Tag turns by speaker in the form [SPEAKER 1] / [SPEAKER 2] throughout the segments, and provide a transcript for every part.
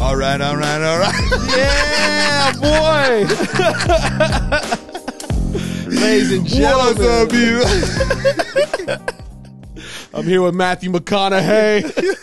[SPEAKER 1] All right, all right, all right.
[SPEAKER 2] Yeah, boy. Ladies and
[SPEAKER 1] What's
[SPEAKER 2] gentlemen,
[SPEAKER 1] up, you?
[SPEAKER 2] I'm here with Matthew McConaughey.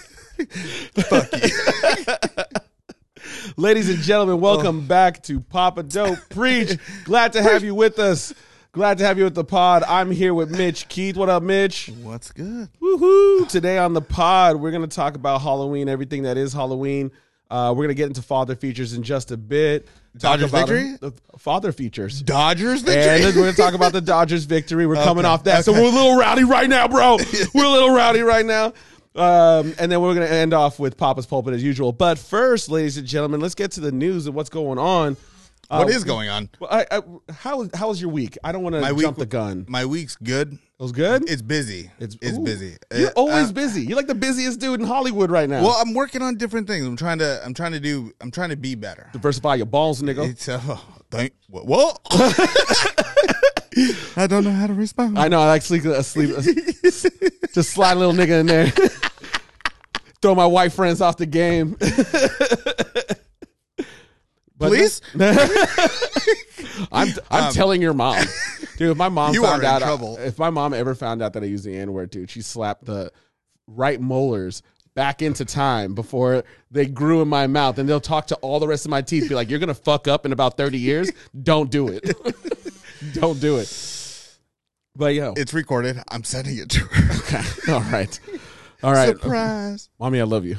[SPEAKER 2] Ladies and gentlemen, welcome back to Papa Dope Preach. Glad to have you with us. Glad to have you with the pod. I'm here with Mitch Keith. What up, Mitch?
[SPEAKER 1] What's good?
[SPEAKER 2] Woohoo! Today on the pod, we're going to talk about Halloween, everything that is Halloween. Uh, we're going to get into father features in just a bit. Talk
[SPEAKER 1] Dodgers
[SPEAKER 2] about
[SPEAKER 1] victory?
[SPEAKER 2] the father features.
[SPEAKER 1] Dodgers
[SPEAKER 2] And
[SPEAKER 1] victory.
[SPEAKER 2] then we're going to talk about the Dodgers victory. We're coming
[SPEAKER 1] Okay,
[SPEAKER 2] off that. So
[SPEAKER 1] okay.
[SPEAKER 2] we're a little rowdy right now, bro. we're a little rowdy right now. Um, and then we're going to end off with Papa's Pulpit as usual. But first, ladies and gentlemen, let's get to the news and what's going on. Uh,
[SPEAKER 1] what is going on?
[SPEAKER 2] well, I, I, how, how was your week? I don't want to
[SPEAKER 1] My
[SPEAKER 2] jump
[SPEAKER 1] week-
[SPEAKER 2] the gun.
[SPEAKER 1] My week's good.
[SPEAKER 2] It was good?
[SPEAKER 1] It's busy. It's,
[SPEAKER 2] ooh.
[SPEAKER 1] busy.
[SPEAKER 2] You're
[SPEAKER 1] Uh,
[SPEAKER 2] always
[SPEAKER 1] uh,
[SPEAKER 2] busy. You're like the busiest dude in Hollywood right now.
[SPEAKER 1] well, I'm working on different things. I'm trying to. I'm trying to do. I'm trying to be better.
[SPEAKER 2] Diversify your balls, nigga.
[SPEAKER 1] It's uh, thank. What? what? I don't know how to respond.
[SPEAKER 2] I know. I like sleep. uh, sleep uh, just slide a little nigga in there. Throw my white friends off the game. But-
[SPEAKER 1] Please?
[SPEAKER 2] I'm I'm telling your mom, dude. If my mom
[SPEAKER 1] Um, You
[SPEAKER 2] found
[SPEAKER 1] are in
[SPEAKER 2] out,
[SPEAKER 1] trouble.
[SPEAKER 2] if my mom ever found out that I use the N word, dude, she slapped the right molars back into time before they grew in my mouth, and they'll talk to all the rest of my teeth, be like, "You're gonna fuck up in about thirty years. Don't do it. Don't do it." But yo,
[SPEAKER 1] It's recorded. I'm sending it to her.
[SPEAKER 2] all right, all right,
[SPEAKER 1] Surprise.
[SPEAKER 2] mommy, I love you.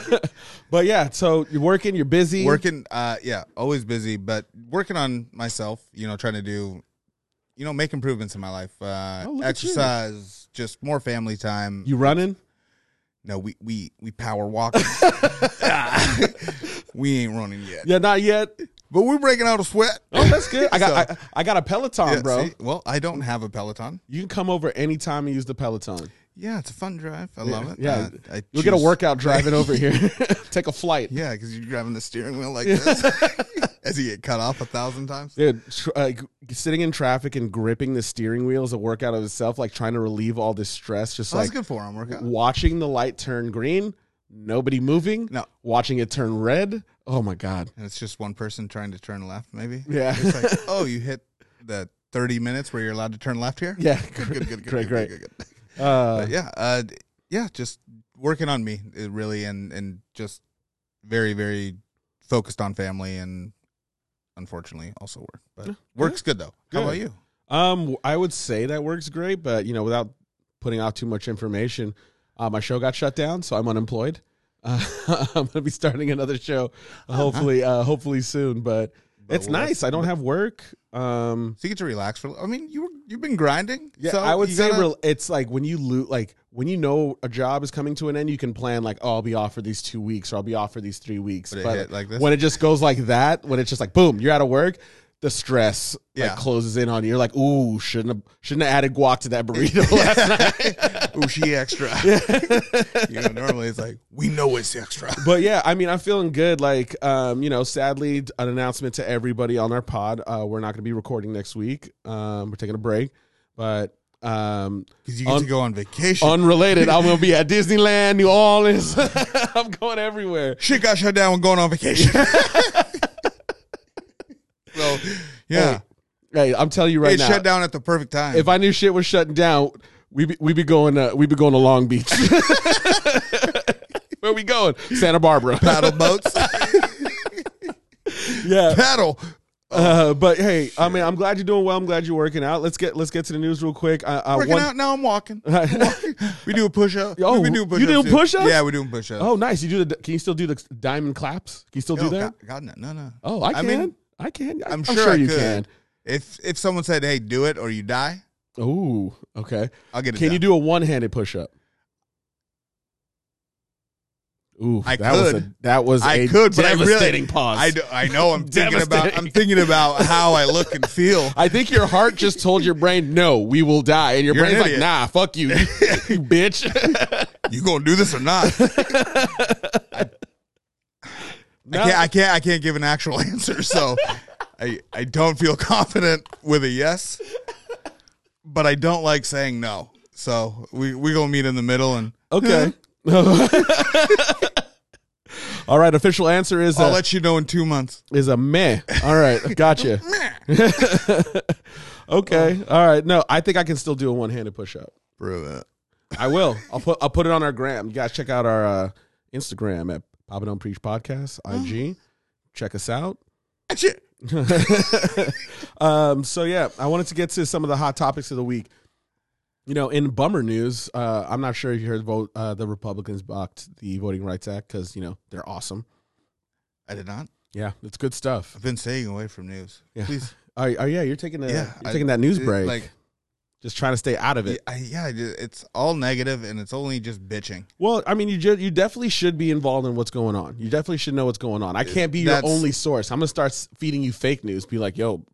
[SPEAKER 2] but yeah, so you're working, you're busy,
[SPEAKER 1] working uh yeah always busy but working on myself you know trying to do you know make improvements in my life uh
[SPEAKER 2] Oh, look at you.
[SPEAKER 1] exercise just more family time
[SPEAKER 2] you running.
[SPEAKER 1] no we we we power walking we ain't running yet
[SPEAKER 2] Yeah, not yet.
[SPEAKER 1] but we're breaking out a sweat
[SPEAKER 2] Oh, that's good. I got
[SPEAKER 1] So-
[SPEAKER 2] I, I got a Peloton,
[SPEAKER 1] Yeah,
[SPEAKER 2] bro.
[SPEAKER 1] see? well i don't have a peloton
[SPEAKER 2] You can come over anytime and use the Peloton.
[SPEAKER 1] yeah it's a fun drive i love it
[SPEAKER 2] Yeah.
[SPEAKER 1] Uh, I
[SPEAKER 2] You'll get a
[SPEAKER 1] choose-
[SPEAKER 2] workout driving over here. Take a flight.
[SPEAKER 1] yeah because you're grabbing the steering wheel like this as you get cut off a thousand times
[SPEAKER 2] Dude, tr- uh, g- sitting in traffic and gripping the steering wheel is a workout of itself, like trying to relieve all this stress. Just
[SPEAKER 1] so
[SPEAKER 2] like
[SPEAKER 1] Oh, that's good for him workout
[SPEAKER 2] watching the light turn green, nobody moving,
[SPEAKER 1] No.
[SPEAKER 2] watching it turn red. Oh my God.
[SPEAKER 1] and it's just one person trying to turn left, maybe.
[SPEAKER 2] Yeah.
[SPEAKER 1] It's like, oh, you hit the 30 minutes where you're allowed to turn left here?
[SPEAKER 2] Yeah.
[SPEAKER 1] Good, good, good, good. good,
[SPEAKER 2] Great, great.
[SPEAKER 1] good, good, good.
[SPEAKER 2] Uh,
[SPEAKER 1] But yeah. Uh, d- yeah. Just working on me, uh, really, and, and just very, very focused on family and unfortunately also work. But work's good, though. How about
[SPEAKER 2] Good.
[SPEAKER 1] you?
[SPEAKER 2] um, I would say that works great, but you know, without putting out too much information, uh, my show got shut down, so I'm unemployed. Uh, I'm gonna be starting another show, hopefully, uh, hopefully soon. But, it's
[SPEAKER 1] well, that's-
[SPEAKER 2] nice. I don't have work. Um,
[SPEAKER 1] So you get to relax for, I mean, you were, you've been grinding.
[SPEAKER 2] Yeah,
[SPEAKER 1] so
[SPEAKER 2] I would
[SPEAKER 1] you
[SPEAKER 2] say
[SPEAKER 1] gotta-
[SPEAKER 2] real, it's like when you loot, like when you know a job is coming to an end, you can plan like, oh, I'll be off for these two weeks or I'll be off for these three weeks.
[SPEAKER 1] But it hit like this?
[SPEAKER 2] when it just goes like that, when it's just like boom, you're out of work, the stress
[SPEAKER 1] Yeah.
[SPEAKER 2] like closes in on you. You're like, ooh, shouldn't have shouldn't have added guac to that burrito last night.
[SPEAKER 1] Ooh, she extra. you know, normally it's like, we know it's extra.
[SPEAKER 2] But yeah, I mean, I'm feeling good. Like, um, you know, sadly, an announcement to everybody on our pod: uh, we're not going to be recording next week. Um, we're taking a break, but. Um,
[SPEAKER 1] Because you get
[SPEAKER 2] Un-
[SPEAKER 1] to go on vacation.
[SPEAKER 2] Unrelated. I'm gonna be at Disneyland, New Orleans. I'm going everywhere.
[SPEAKER 1] shit got shut down when going on vacation. so, yeah,
[SPEAKER 2] Hey, I'm telling you right
[SPEAKER 1] it
[SPEAKER 2] now.
[SPEAKER 1] shut down at the perfect time.
[SPEAKER 2] If I knew shit was shutting down, we be, we be going to we be going to Long Beach. Where we going? Santa Barbara.
[SPEAKER 1] paddle boats,
[SPEAKER 2] yeah.
[SPEAKER 1] paddle.
[SPEAKER 2] Uh, but hey, I mean, I'm glad you're doing well. I'm glad you're working out. Let's get let's get to the news real quick. I, I
[SPEAKER 1] Working
[SPEAKER 2] one-
[SPEAKER 1] out now, I'm walking. I'm walking. we do a push up.
[SPEAKER 2] Oh,
[SPEAKER 1] we do
[SPEAKER 2] you
[SPEAKER 1] push
[SPEAKER 2] doing push-ups?
[SPEAKER 1] Yeah, we're doing push ups.
[SPEAKER 2] Oh, nice. You do the. Can you still do the diamond claps? Can you still do that?
[SPEAKER 1] Oh, God, no, no, no.
[SPEAKER 2] Oh, I can. I,
[SPEAKER 1] mean,
[SPEAKER 2] can. I,
[SPEAKER 1] I'm,
[SPEAKER 2] am
[SPEAKER 1] sure,
[SPEAKER 2] sure,
[SPEAKER 1] I
[SPEAKER 2] you
[SPEAKER 1] could.
[SPEAKER 2] can.
[SPEAKER 1] If if someone said, "Hey, do it or you die,"
[SPEAKER 2] Ooh. Okay.
[SPEAKER 1] I'll get it.
[SPEAKER 2] Can
[SPEAKER 1] done.
[SPEAKER 2] you do a one-handed push-up? Ooh,
[SPEAKER 1] I
[SPEAKER 2] that was a
[SPEAKER 1] could.
[SPEAKER 2] that was
[SPEAKER 1] I
[SPEAKER 2] a
[SPEAKER 1] could, but I really-
[SPEAKER 2] devastating pause.
[SPEAKER 1] I, do, I know. I'm thinking about. I'm
[SPEAKER 2] Devastating.
[SPEAKER 1] thinking about how I look and feel.
[SPEAKER 2] I think your heart just told your brain, "No, we will die," and your
[SPEAKER 1] You're an
[SPEAKER 2] brain's like,
[SPEAKER 1] idiot.
[SPEAKER 2] "Nah, fuck you, you bitch."
[SPEAKER 1] You gonna do this or not? I can't, I can't. I can't give an actual answer. So, I I don't feel confident with a yes, but I don't like saying no. So we we gonna meet in the middle and
[SPEAKER 2] okay. All right, official answer is
[SPEAKER 1] I'll
[SPEAKER 2] a,
[SPEAKER 1] let you know in two months.
[SPEAKER 2] is a meh. All right, gotcha. okay,
[SPEAKER 1] Uh.
[SPEAKER 2] all right. No, I think I can still do a one handed push up.
[SPEAKER 1] Prove it.
[SPEAKER 2] I will. I'll put I'll put it on our gram. You guys check out our uh, Instagram at Papa Don't Preach Podcast
[SPEAKER 1] Oh.
[SPEAKER 2] IG. Check us out.
[SPEAKER 1] That's it.
[SPEAKER 2] um, so yeah, I wanted to get to some of the hot topics of the week. You know, in bummer news, uh, I'm not sure if you heard vote uh, the Republicans blocked the Voting Rights Act because you know they're awesome.
[SPEAKER 1] I did not.
[SPEAKER 2] Yeah, it's good stuff.
[SPEAKER 1] I've been staying away from news.
[SPEAKER 2] Yeah.
[SPEAKER 1] Please.
[SPEAKER 2] Oh, oh, yeah, you're taking the
[SPEAKER 1] Yeah,
[SPEAKER 2] you're
[SPEAKER 1] I-
[SPEAKER 2] taking that news
[SPEAKER 1] It-
[SPEAKER 2] break,
[SPEAKER 1] Like,
[SPEAKER 2] just trying to stay out of it.
[SPEAKER 1] yeah, I, yeah, I did- it's all negative and it's only just bitching.
[SPEAKER 2] Well, I mean, you ju- you definitely should be involved in what's going on. You definitely should know what's going on. I can't be your
[SPEAKER 1] That's-
[SPEAKER 2] only source. I'm gonna start s- feeding you fake news. Be like, yo,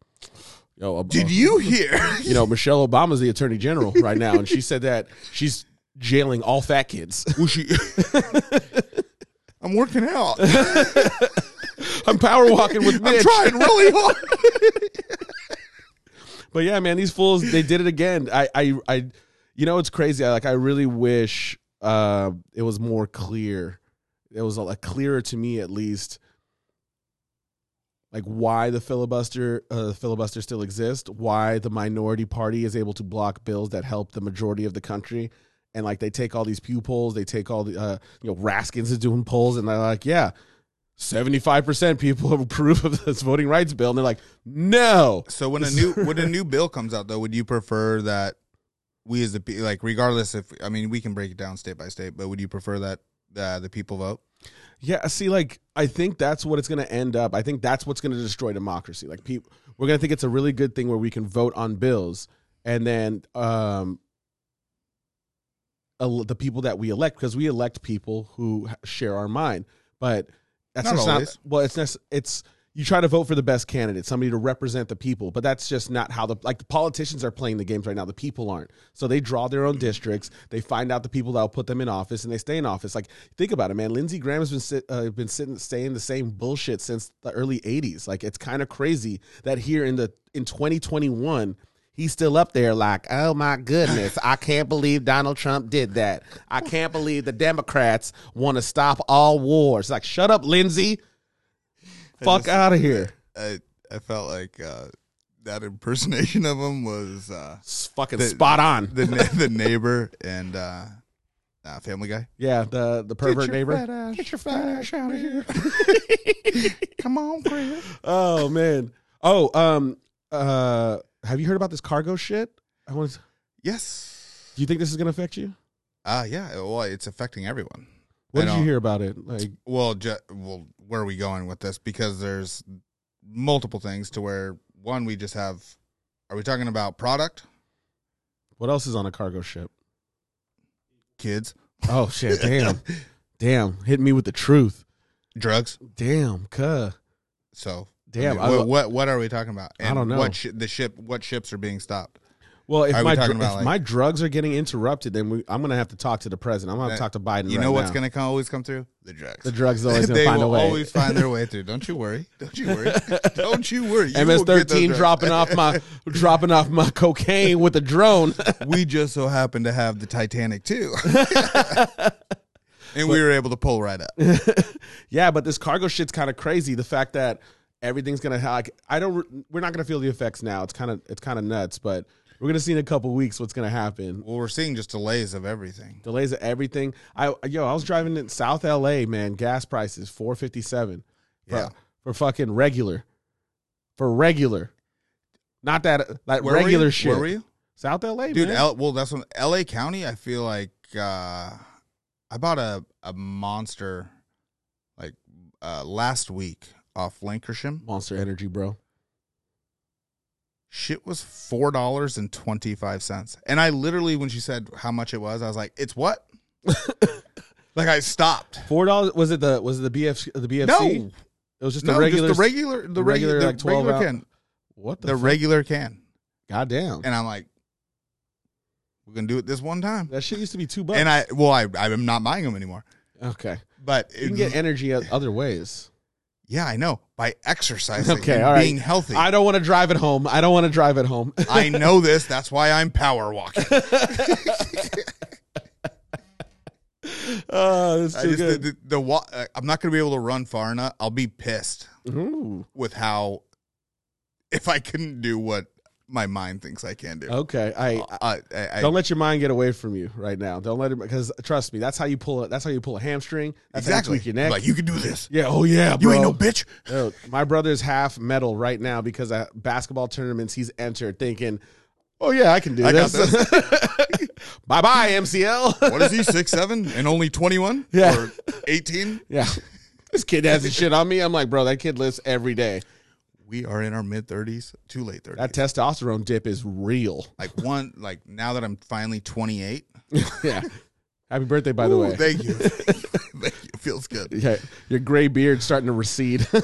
[SPEAKER 2] yo, uh,
[SPEAKER 1] Did you hear?
[SPEAKER 2] you know, Michelle Obama's the attorney general right now, and she said that she's jailing all fat kids.
[SPEAKER 1] I'm working out.
[SPEAKER 2] I'm power walking with
[SPEAKER 1] I'm
[SPEAKER 2] Mitch.
[SPEAKER 1] trying really hard.
[SPEAKER 2] But yeah, man, these fools they did it again. I I I you know it's crazy. I like I really wish uh it was more clear. It was like clearer to me at least like why the filibuster uh filibuster still exists, why the minority party is able to block bills that help the majority of the country. And like they take all these pew polls, they take all the uh you know, Raskins is doing polls and they're like, yeah. 75% people approve of this voting rights bill and they're like, "No."
[SPEAKER 1] So when a new when a new bill comes out, though, would you prefer that we as the pe- like, regardless if I mean we can break it down state by state, but would you prefer that uh, the people vote?
[SPEAKER 2] Yeah, see, like I think that's what it's going to end up. I think that's what's going to destroy democracy. Like, people, we're going to think it's a really good thing where we can vote on bills, and then um, el- the people that we elect because we elect people who h- share our mind. But that's
[SPEAKER 1] Not
[SPEAKER 2] just
[SPEAKER 1] always.
[SPEAKER 2] not well. It's nec- it's you try to vote for the best candidate, somebody to represent the people, but that's just not how the like the politicians are playing the games right now. The people aren't, so they draw their own districts. They find out the people that will put them in office, and they stay in office. Like think about it, man. Lindsey Graham has been sit, uh, been sitting saying the same bullshit since the early '80s. Like it's kind of crazy that here in the in 2021 he's still up there like, oh my goodness, I can't believe Donald Trump did that. I can't believe the Democrats want to stop all wars. Like, shut up, Lindsay. Fuck out of here.
[SPEAKER 1] I I felt like uh, that impersonation of him was uh,
[SPEAKER 2] It's fucking
[SPEAKER 1] The-
[SPEAKER 2] spot on.
[SPEAKER 1] the ne- the neighbor and uh, uh, Family Guy.
[SPEAKER 2] Yeah, the the pervert neighbor.
[SPEAKER 1] Get your fat ass out of here. Come on, Chris.
[SPEAKER 2] Oh man. Oh, um, uh, have you heard about this cargo shit? I want. Do
[SPEAKER 1] Yes.
[SPEAKER 2] you think this is gonna affect you?
[SPEAKER 1] Uh, yeah. Well, it's affecting everyone.
[SPEAKER 2] What
[SPEAKER 1] I
[SPEAKER 2] did you
[SPEAKER 1] don't-
[SPEAKER 2] hear about it? Like,
[SPEAKER 1] Well, ju- well, where are we going with this? Because there's multiple things to where one we just have. Are we talking about product,
[SPEAKER 2] what else is on a cargo ship?
[SPEAKER 1] kids,
[SPEAKER 2] Oh shit! Damn, damn, hit me with the truth.
[SPEAKER 1] drugs? Damn.
[SPEAKER 2] Cuh.
[SPEAKER 1] So
[SPEAKER 2] Damn,
[SPEAKER 1] I
[SPEAKER 2] I
[SPEAKER 1] mean,
[SPEAKER 2] lo-
[SPEAKER 1] what, what what are we talking about?
[SPEAKER 2] I don't know.
[SPEAKER 1] What sh- the ship? What ships are being stopped?
[SPEAKER 2] Well, if
[SPEAKER 1] Are we
[SPEAKER 2] my
[SPEAKER 1] talking
[SPEAKER 2] dr-
[SPEAKER 1] about,
[SPEAKER 2] if
[SPEAKER 1] like-
[SPEAKER 2] my drugs are getting interrupted, then we, I'm gonna have to talk to the president. I'm gonna have to
[SPEAKER 1] That-
[SPEAKER 2] talk to Biden.
[SPEAKER 1] Uh, You
[SPEAKER 2] right
[SPEAKER 1] know what's
[SPEAKER 2] now.
[SPEAKER 1] going to come, always come through? The drugs.
[SPEAKER 2] the drugs always gonna
[SPEAKER 1] they
[SPEAKER 2] find
[SPEAKER 1] will
[SPEAKER 2] a way.
[SPEAKER 1] always find their way through. Don't you worry. Don't you worry. Don't you worry. You will get those
[SPEAKER 2] MS13
[SPEAKER 1] drugs.
[SPEAKER 2] dropping off my dropping off my cocaine with a drone.
[SPEAKER 1] We just so happen to have the Titanic too, and we were able to pull right up.
[SPEAKER 2] yeah, but this cargo shit's kind of crazy. The fact that everything's gonna ha- like I don't we're not gonna feel the effects now. It's kind of it's kind of nuts, but we're gonna see in a couple weeks what's gonna happen.
[SPEAKER 1] Well, we're seeing just delays of everything.
[SPEAKER 2] Delays of everything. I yo, I was driving in South LA, man. Gas prices four fifty seven.
[SPEAKER 1] Yeah.
[SPEAKER 2] for fucking regular, for regular, not that like
[SPEAKER 1] Where were
[SPEAKER 2] regular
[SPEAKER 1] you?
[SPEAKER 2] shit.
[SPEAKER 1] Where were you,
[SPEAKER 2] South LA,
[SPEAKER 1] dude?
[SPEAKER 2] man.
[SPEAKER 1] L- well, that's when L.A. County. I feel like uh, I bought a a monster like uh, last week off Lancashire.
[SPEAKER 2] Monster Energy, bro.
[SPEAKER 1] Shit was four dollars and twenty five cents, and I literally when she said how much it was, I was like, "It's what?" like I stopped.
[SPEAKER 2] Four dollars was it the was it the BF the BFC?
[SPEAKER 1] No,
[SPEAKER 2] it was just the
[SPEAKER 1] no,
[SPEAKER 2] regular.
[SPEAKER 1] just the regular, the
[SPEAKER 2] the
[SPEAKER 1] regular,
[SPEAKER 2] regular,
[SPEAKER 1] the
[SPEAKER 2] like, 12
[SPEAKER 1] regular
[SPEAKER 2] ounce-
[SPEAKER 1] can,
[SPEAKER 2] what
[SPEAKER 1] the,
[SPEAKER 2] the, fuck?
[SPEAKER 1] regular can,
[SPEAKER 2] goddamn?
[SPEAKER 1] and I'm like, we're gonna do it this one time.
[SPEAKER 2] That shit used to be two bucks.
[SPEAKER 1] And I, well, I, I'm not buying them anymore.
[SPEAKER 2] okay,
[SPEAKER 1] But
[SPEAKER 2] you can
[SPEAKER 1] it-
[SPEAKER 2] get energy o- other ways.
[SPEAKER 1] yeah, I know by exercising,
[SPEAKER 2] Okay,
[SPEAKER 1] and
[SPEAKER 2] all right.
[SPEAKER 1] being healthy.
[SPEAKER 2] I
[SPEAKER 1] I,
[SPEAKER 2] don't want to drive it home. I don't want to drive it home.
[SPEAKER 1] know this. That's why I'm power walking.
[SPEAKER 2] Oh, that's
[SPEAKER 1] I
[SPEAKER 2] too
[SPEAKER 1] just- the,
[SPEAKER 2] good.
[SPEAKER 1] the, the wa- uh, I'm not gonna be able to run far enough. I'll be pissed
[SPEAKER 2] Ooh.
[SPEAKER 1] with how if I couldn't do what my mind thinks I can do.
[SPEAKER 2] Okay. I,
[SPEAKER 1] Uh, I, I,
[SPEAKER 2] don't let your mind get away from you right now. Don't let it because trust me, that's how you pull it. That's how you pull a hamstring. That's how you
[SPEAKER 1] exactly.
[SPEAKER 2] tweak your neck.
[SPEAKER 1] Like you can do this.
[SPEAKER 2] yeah. Oh yeah, bro.
[SPEAKER 1] You ain't no bitch.
[SPEAKER 2] Yo, my brother's half metal right now because of basketball tournaments he's entered, thinking, "Oh yeah, I can do
[SPEAKER 1] I got
[SPEAKER 2] this." bye bye MCL.
[SPEAKER 1] What is he? Six seven and only twenty one?
[SPEAKER 2] Yeah.
[SPEAKER 1] Or eighteen?
[SPEAKER 2] yeah, this kid has his shit on me. I'm like, bro, that kid lives every day.
[SPEAKER 1] We are in our mid thirties, too late thirties.
[SPEAKER 2] That testosterone dip is real.
[SPEAKER 1] like one, like now that I'm finally twenty eight.
[SPEAKER 2] yeah. Happy birthday, by the way.
[SPEAKER 1] thank you. thank you. Feels good.
[SPEAKER 2] yeah, your gray beard's starting to recede.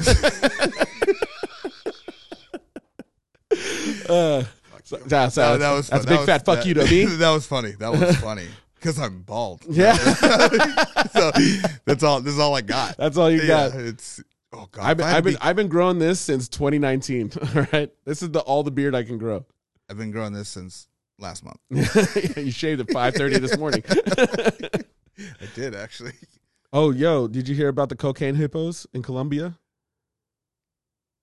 [SPEAKER 2] uh, so- nah, so
[SPEAKER 1] No,
[SPEAKER 2] that's,
[SPEAKER 1] that was
[SPEAKER 2] that's a
[SPEAKER 1] fun.
[SPEAKER 2] big fat
[SPEAKER 1] That was-
[SPEAKER 2] fuck you to me.
[SPEAKER 1] That was funny. That was funny because I'm bald.
[SPEAKER 2] Yeah.
[SPEAKER 1] so that's all. This is all I got.
[SPEAKER 2] That's all you
[SPEAKER 1] yeah,
[SPEAKER 2] got.
[SPEAKER 1] It's oh god.
[SPEAKER 2] I've
[SPEAKER 1] if
[SPEAKER 2] been,
[SPEAKER 1] I had
[SPEAKER 2] I've
[SPEAKER 1] to
[SPEAKER 2] been,
[SPEAKER 1] be-
[SPEAKER 2] I've been growing this since 2019. All right, this is the all the beard I can grow.
[SPEAKER 1] I've been growing this since last month.
[SPEAKER 2] you shaved at 5:30 this morning.
[SPEAKER 1] I did actually.
[SPEAKER 2] oh, yo, did you hear about the cocaine hippos in Colombia?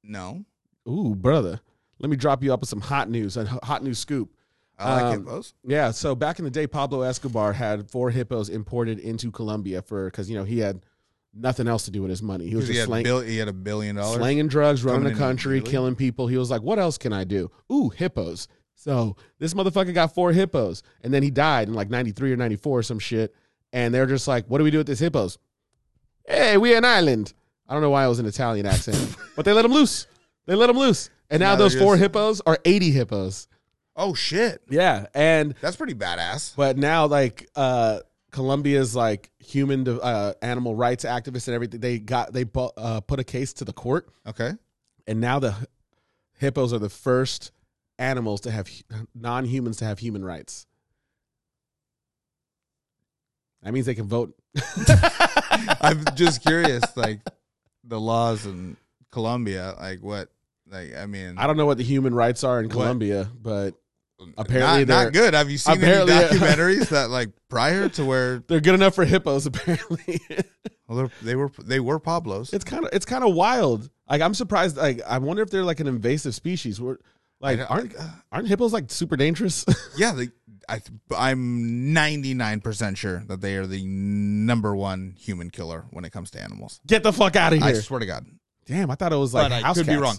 [SPEAKER 1] No,
[SPEAKER 2] Ooh, brother, let me drop you up with some hot news and hot news scoop.
[SPEAKER 1] I like
[SPEAKER 2] Um,
[SPEAKER 1] hippos.
[SPEAKER 2] Yeah, so back in the day, Pablo Escobar had four hippos imported into Colombia for because you know he had nothing else to do with his money. He was
[SPEAKER 1] Because he
[SPEAKER 2] just
[SPEAKER 1] had
[SPEAKER 2] slang,
[SPEAKER 1] bill- he had a billion dollars.
[SPEAKER 2] slanging drugs, running
[SPEAKER 1] Coming
[SPEAKER 2] the
[SPEAKER 1] in
[SPEAKER 2] country,
[SPEAKER 1] illegally?
[SPEAKER 2] killing people. He was like, "What else can I do?" Ooh, hippos. So this motherfucker got four hippos, and then he died in like '93 or '94 or some shit. And they're just like, "What do we do with these hippos?" Hey, we an island. I don't know why it was an Italian accent, but they let him loose. They let him loose, and now,
[SPEAKER 1] Now they're
[SPEAKER 2] those four
[SPEAKER 1] just-
[SPEAKER 2] hippos are 80 hippos.
[SPEAKER 1] Oh shit,
[SPEAKER 2] Yeah, and
[SPEAKER 1] that's pretty badass.
[SPEAKER 2] but now, like, uh, Colombia's like human de- uh, animal rights activists and everything. They got they bu- uh, put a case to the court,
[SPEAKER 1] Okay,
[SPEAKER 2] and now the h- hippos are the first animals to have non humans to have human rights. That means they can vote.
[SPEAKER 1] I'm just curious, like the laws in Colombia, like what, like I mean,
[SPEAKER 2] I don't know what the human rights are in
[SPEAKER 1] What?
[SPEAKER 2] Colombia, but apparently
[SPEAKER 1] not,
[SPEAKER 2] they're-
[SPEAKER 1] not good. Have you seen any
[SPEAKER 2] apparently-
[SPEAKER 1] documentaries that like prior to where
[SPEAKER 2] they're good enough for hippos apparently.
[SPEAKER 1] well, they're- they were they were Pablos?
[SPEAKER 2] it's kind of it's kind of wild. Like I'm surprised. Like I wonder if they're like an invasive species. We're like
[SPEAKER 1] I- I-
[SPEAKER 2] aren't
[SPEAKER 1] uh,
[SPEAKER 2] aren't hippos like super dangerous?
[SPEAKER 1] yeah, they, I I'm 99 percent sure that they are the number one human killer when it comes to animals.
[SPEAKER 2] Get the fuck out of
[SPEAKER 1] I
[SPEAKER 2] here!
[SPEAKER 1] swear to God,
[SPEAKER 2] Damn, I thought it was like
[SPEAKER 1] but I
[SPEAKER 2] house
[SPEAKER 1] could
[SPEAKER 2] cats.
[SPEAKER 1] be wrong.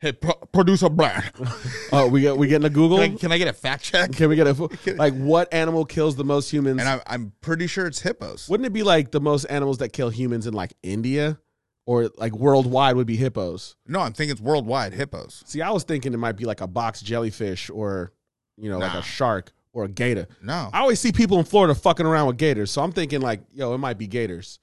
[SPEAKER 1] Hey, pro- producer Blair,
[SPEAKER 2] Oh, we get we getting a Google.
[SPEAKER 1] can I, can I get a fact check?
[SPEAKER 2] Can we get a like what animal kills the most humans?
[SPEAKER 1] And I, I'm pretty sure it's hippos.
[SPEAKER 2] Wouldn't it be like the most animals that kill humans in like India or like worldwide would be hippos?
[SPEAKER 1] No, I'm thinking it's worldwide hippos.
[SPEAKER 2] See, I was thinking it might be like a box jellyfish or you know like
[SPEAKER 1] Nah.
[SPEAKER 2] a shark or a gator.
[SPEAKER 1] No,
[SPEAKER 2] I always see people in Florida fucking around with gators, so I'm thinking like, yo, it might be gators.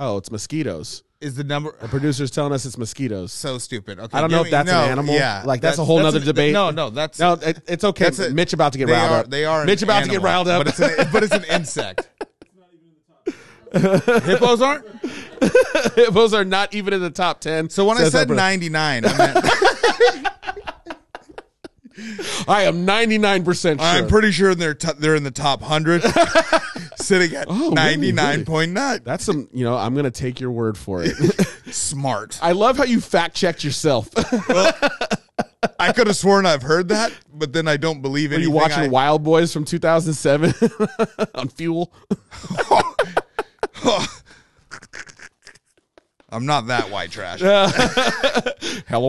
[SPEAKER 2] Oh, it's mosquitoes.
[SPEAKER 1] is the number
[SPEAKER 2] The producer's telling us it's mosquitoes.
[SPEAKER 1] so stupid? Okay,
[SPEAKER 2] I don't know
[SPEAKER 1] give
[SPEAKER 2] if that's an animal. Like, that's a whole nother
[SPEAKER 1] an-
[SPEAKER 2] debate.
[SPEAKER 1] No, no, that's
[SPEAKER 2] No, it, it's okay.
[SPEAKER 1] That's it.
[SPEAKER 2] Mitch about to get
[SPEAKER 1] they
[SPEAKER 2] riled
[SPEAKER 1] are
[SPEAKER 2] up.
[SPEAKER 1] they are an
[SPEAKER 2] Mitch about to get
[SPEAKER 1] animal,
[SPEAKER 2] riled up.
[SPEAKER 1] but it's an, but it's an insect. Hippos aren't.
[SPEAKER 2] Hippos are not even in the top ten.
[SPEAKER 1] So when
[SPEAKER 2] Says
[SPEAKER 1] I said
[SPEAKER 2] Oprah.
[SPEAKER 1] 99, I meant,
[SPEAKER 2] I am ninety nine percent sure.
[SPEAKER 1] I'm pretty sure they're t- they're in the top hundred, sitting at
[SPEAKER 2] Oh, really, really?
[SPEAKER 1] 99.9.
[SPEAKER 2] That's some. You know, I'm gonna take your word for it.
[SPEAKER 1] Smart.
[SPEAKER 2] I love how you fact checked yourself.
[SPEAKER 1] I could have sworn I've heard that, but then I don't believe
[SPEAKER 2] Are you
[SPEAKER 1] anything.
[SPEAKER 2] watching
[SPEAKER 1] I-
[SPEAKER 2] Wild Boys from 2007 on Fuel?
[SPEAKER 1] I'm not that white trash.
[SPEAKER 2] Hella